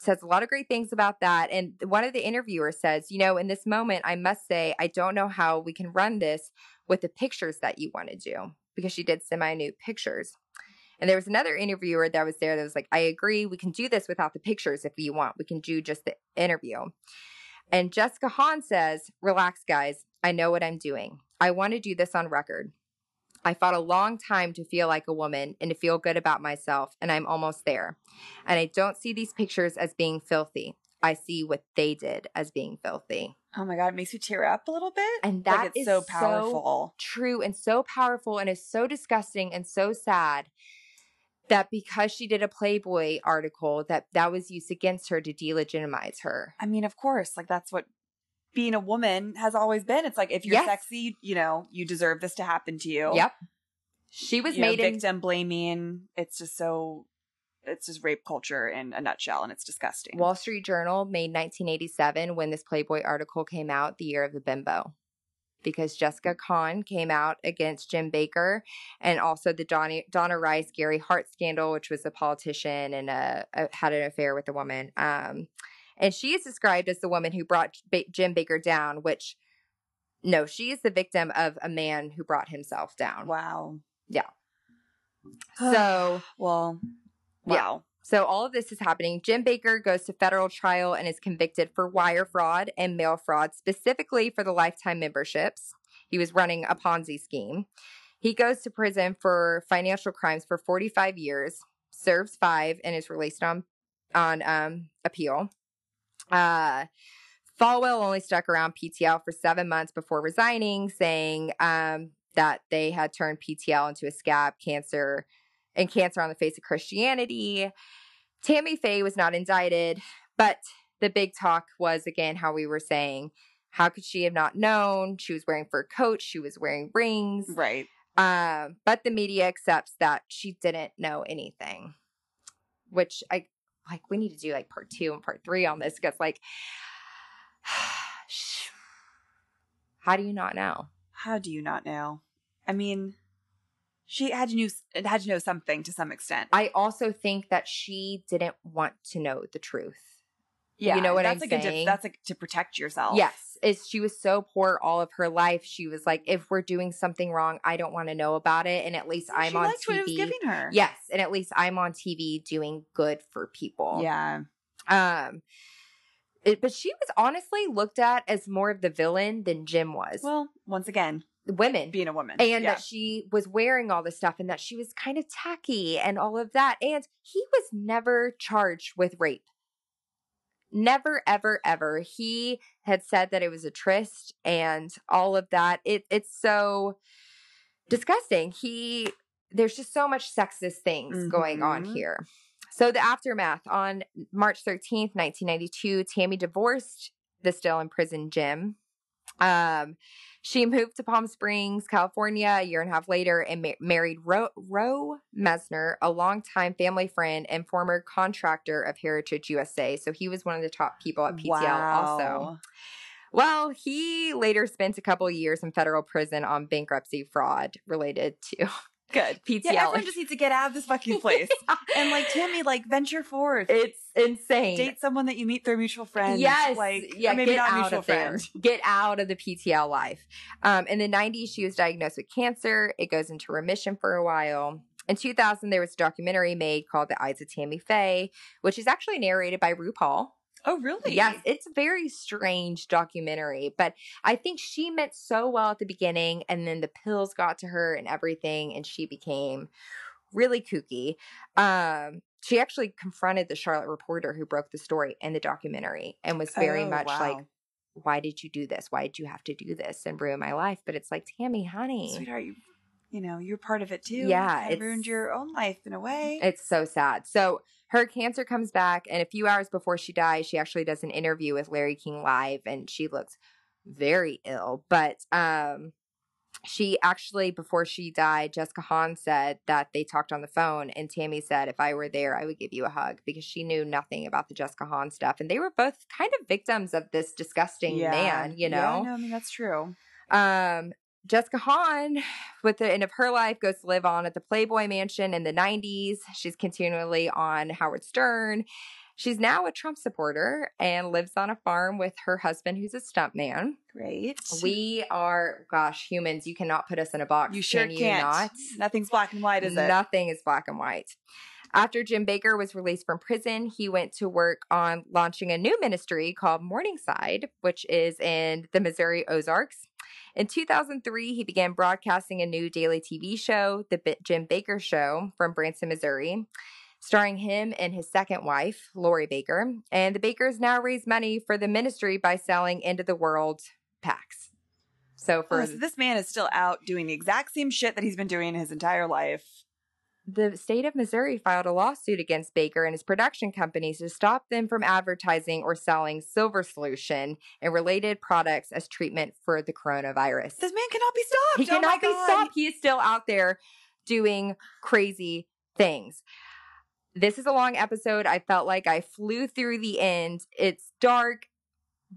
says a lot of great things about that. And one of the interviewers says, you know, in this moment, I must say, I don't know how we can run this with the pictures that you want to do because she did semi nude pictures. And there was another interviewer that was there that was like, I agree, we can do this without the pictures if you want. We can do just the interview. And Jessica Hahn says, Relax, guys. I know what I'm doing. I want to do this on record. I fought a long time to feel like a woman and to feel good about myself, and I'm almost there. And I don't see these pictures as being filthy. I see what they did as being filthy. Oh my God. It makes you tear up a little bit. And Like, that it's is so so powerful. True and so powerful and is so disgusting and so sad that because she did a Playboy article that that was used against her to delegitimize her. I mean, of course, like that's what being a woman has always been. It's like if you're Yes. sexy, you know, you deserve this to happen to you. Yep. She was you made know, in victim blaming. It's just so. It's just rape culture in a nutshell, and it's disgusting. Wall Street Journal made 1987 when this Playboy article came out, the year of the bimbo, because Jessica Kahn came out against Jim Baker and also the Donny, Donna Rice Gary Hart scandal, which was a politician and uh uh had an affair with a woman. Um, and she is described as the woman who brought ba- Jim Baker down, which no, she is the victim of a man who brought himself down. wow. Yeah. So. well, Yeah. wow. So all of this is happening. Jim Baker goes to federal trial and is convicted for wire fraud and mail fraud, specifically for the lifetime memberships. He was running a Ponzi scheme. He goes to prison for financial crimes for 45 years, serves five, and is released on on um, appeal. Uh, Falwell only stuck around PTL for seven months before resigning, saying um, that they had turned PTL into a scab cancer and cancer on the face of Christianity. Tammy Faye was not indicted, but the big talk was again how we were saying, how could she have not known? She was wearing fur coats, she was wearing rings. Right. Um, but the media accepts that she didn't know anything, which I like. We need to do like part two and part three on this because, like, how do you not know? How do you not know? I mean, she had to knew had to know something to some extent. I also think that she didn't want to know the truth. Yeah, know what that's I'm like A, saying? dif- that's like to protect yourself. Yes. It's, she was so poor all of her life. She was like, if we're doing something wrong, I don't want to know about it. And at least She I'm on liked TV. what it was giving her. Yes. And at least I'm on TV doing good for people. Yeah. Um, it, but she was honestly looked at as more of the villain than Jim was. Well, once again, The Women. being a woman. And yeah. that she was wearing all this stuff and that she was kind of tacky and all of that. And he was never charged with rape. Never, ever, ever. He had said that it was a tryst and all of that. It it's so disgusting. He there's just so much sexist things going on Mhm. here. So the aftermath on March 13th, 1992, Tammy divorced the still in prison Jim. Um, she moved to Palm Springs, California, a year and a half later, and ma- married Ro, Ro Mesner, a longtime family friend and former contractor of Heritage USA. So he was one of the top people at PTL also. Wow. Well, he later spent a couple of years in federal prison on bankruptcy fraud related to Good. PTL. Yeah, everyone just needs to get out of this fucking place. and like Tammy, like venture forth. it's insane. Date someone that you meet through mutual friends. Yes, Like yeah, or maybe get not out mutual of there. friends. Get out of the PTL life. Um, in the 90s, she was diagnosed with cancer. It goes into remission for a while. In 2000, there was a documentary made called The Eyes of Tammy Faye, which is actually narrated by RuPaul. Oh really? Yes, it's a very strange documentary, but I think she meant so well at the beginning, and then the pills got to her and everything, and she became really kooky. Um, she actually confronted the Charlotte reporter who broke the story in the documentary and was very Oh, much like, wow. Why did you do this? Why did you have to do this and ruin my life? But it's like, Tammy, honey. sweetheart, you you know, you're part of it too. You Yeah, kinda it's- ruined your own life in a way. It's so sad. So her cancer comes back, and a few hours before she dies, she actually does an interview with Larry King Live, and she looks very ill. But um, she actually, before she died, Jessica Hahn said that they talked on the phone, and Tammy said, If I were there, I would give you a hug because she knew nothing about the Jessica Hahn stuff. And they were both kind of victims of this disgusting Yeah. man, you know? Yeah, no, I mean that's true. Um, Jessica Hahn, with the end of her life, goes to live on at the Playboy Mansion in the 90s. She's continually on Howard Stern. She's now a Trump supporter and lives on a farm with her husband, who's a stuntman. Great. We are, gosh, humans, you cannot put us in a box. you sure can you can't. not? Nothing's black and white, is it? Nothing is black and white. After Jim Baker was released from prison, he went to work on launching a new ministry called Morningside, which is in the Missouri Ozarks. In 2003, he began broadcasting a new daily TV show, The Bi- Jim Baker Show, from Branson, Missouri, starring him and his second wife, Lori Baker. And the Bakers now raise money for the ministry by selling End of the World packs. So for Oh, so this man is still out doing the exact same shit that he's been doing his entire life. the state of Missouri filed a lawsuit against Baker and his production companies to stop them from advertising or selling silver solution and related products as treatment for the coronavirus. This man cannot be stopped. He Oh my cannot be God. stopped. He is still out there doing crazy things. This is a long episode. I felt like I flew through the end. It's dark.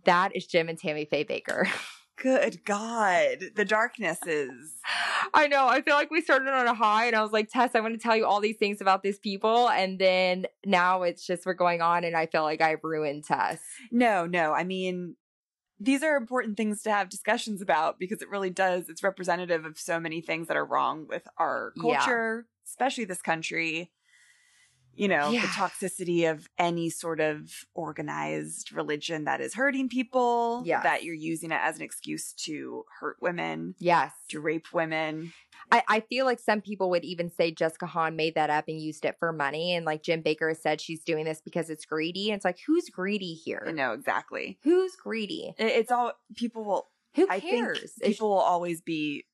That is Jim and Tammy Faye Baker. Good God. The darkness is. I know. I feel like we started on a high, and I was like, Tess, I want to tell you all these things about these people. And then now it's just we're going on, and I feel like I ruined Tess. No, no. I mean, these are important things to have discussions about because it really does. It's representative of so many things that are wrong with our Yeah. culture, especially this country. you know, Yeah. the toxicity of any sort of organized religion that is hurting people, Yes. that you're using it as an excuse to hurt women, Yes. to rape women. I, I feel like some people would even say Jessica Hahn made that up and used it for money. And like Jim Baker has said, she's doing this because it's greedy. And it's like, who's greedy here? I know exactly. Who's greedy? It- It's all people will Who I think cares? If- people will always be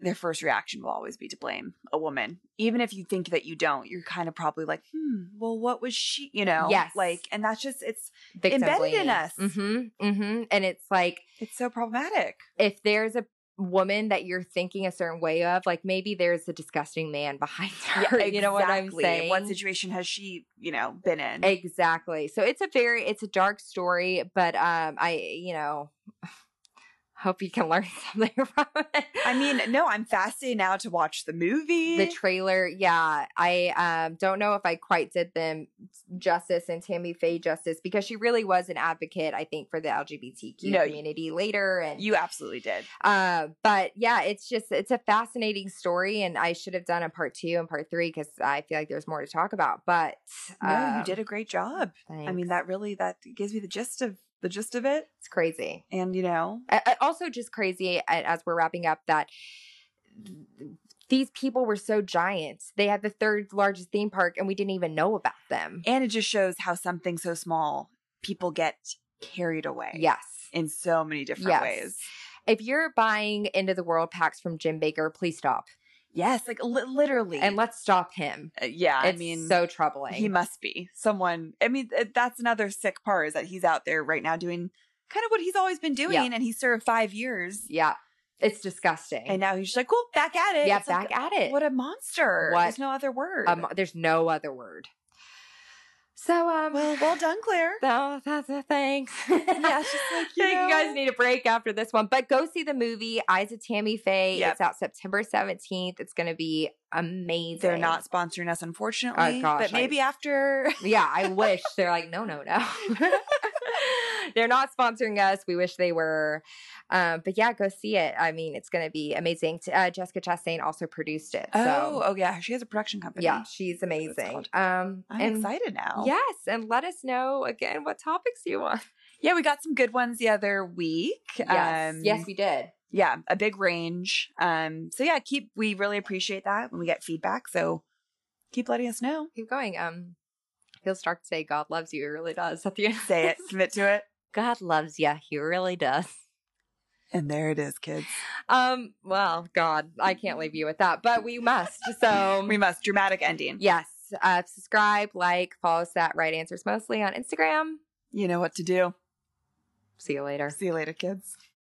their first reaction will always be to blame a woman. Even if you think that you don't, you're kind of probably like, hmm, well, what was she, you know? Yes. Like, and that's just, it's, victim embedded in blaming. us. Mhm, mhm. And it's like, it's so problematic. if there's a woman that you're thinking a certain way of, like maybe there's a disgusting man behind her. You know what I'm exactly. saying? What situation has she, you know, been in? Exactly. So it's a very it's a dark story, but um I you know hope you can learn something from it. I mean, no, I'm fascinated now to watch the movie. the trailer, yeah. I um don't know if I quite did them justice and Tammy Faye justice because she really was an advocate, I think, for the LGBTQ No, y- community later and you absolutely did. uh, but yeah, it's just it's a fascinating story, and I should have done a part two and part three because I feel like there's more to talk about. But No, um, you did a great job. I mean, thanks. that really, that gives me the gist of, the gist of it. it's crazy. And, you know, I, I- also, just crazy a- as we're wrapping up that these people were so giant. They had the third largest theme park, and we didn't even know about them. And it just shows how something so small, people get carried away. Yes. In so many different Yes. ways. If you're buying Into the World packs from Jim Baker, please stop. Yes, like li- literally. And let's stop him. Uh, yeah, It's I mean, so troubling. he must be someone. I mean, uh, that's another sick part is that he's out there right now doing kind of what he's always been doing, Yeah. and he served five years, yeah. It's disgusting. and now he's just like, "Cool, back at it." yeah, It's like, back at it. What a monster! What There's no other word. Um, there's no other word. So, um, well, well done, Claire. so that's a thanks. yeah, it's just like I think you guys know, need a break after this one, but go see the movie Eyes of Tammy Faye. Yep. It's out September 17th. It's going to be amazing. Oh, They're not sponsoring us, unfortunately. gosh, but I- maybe after Yeah, I wish. They're like, no, no, no. They're not sponsoring us. We wish they were. Um, but yeah, go see it. I mean, it's going to be amazing. T- Uh, Jessica Chastain also produced it. Oh, so, oh yeah, she has a production company. yeah, she's it's amazing. called. Um, I'm and- excited now. Yes, and let us know again what topics you want. yeah, we got some good ones the other week. Um, yes, we did. yeah, a big range. Um, so yeah, keep. We really appreciate that when we get feedback. So keep letting us know. Keep going. Um, he'll start to say, "God loves you." He really does. At the end, Say it, commit to it, God loves you. He really does. and there it is, kids. Um, well, God, I can't leave you with that, but we must. So, We must dramatic ending. yes, uh, subscribe, like, follow us at Right Answers Mostly on Instagram. You know what to do. See you later. See you later, kids.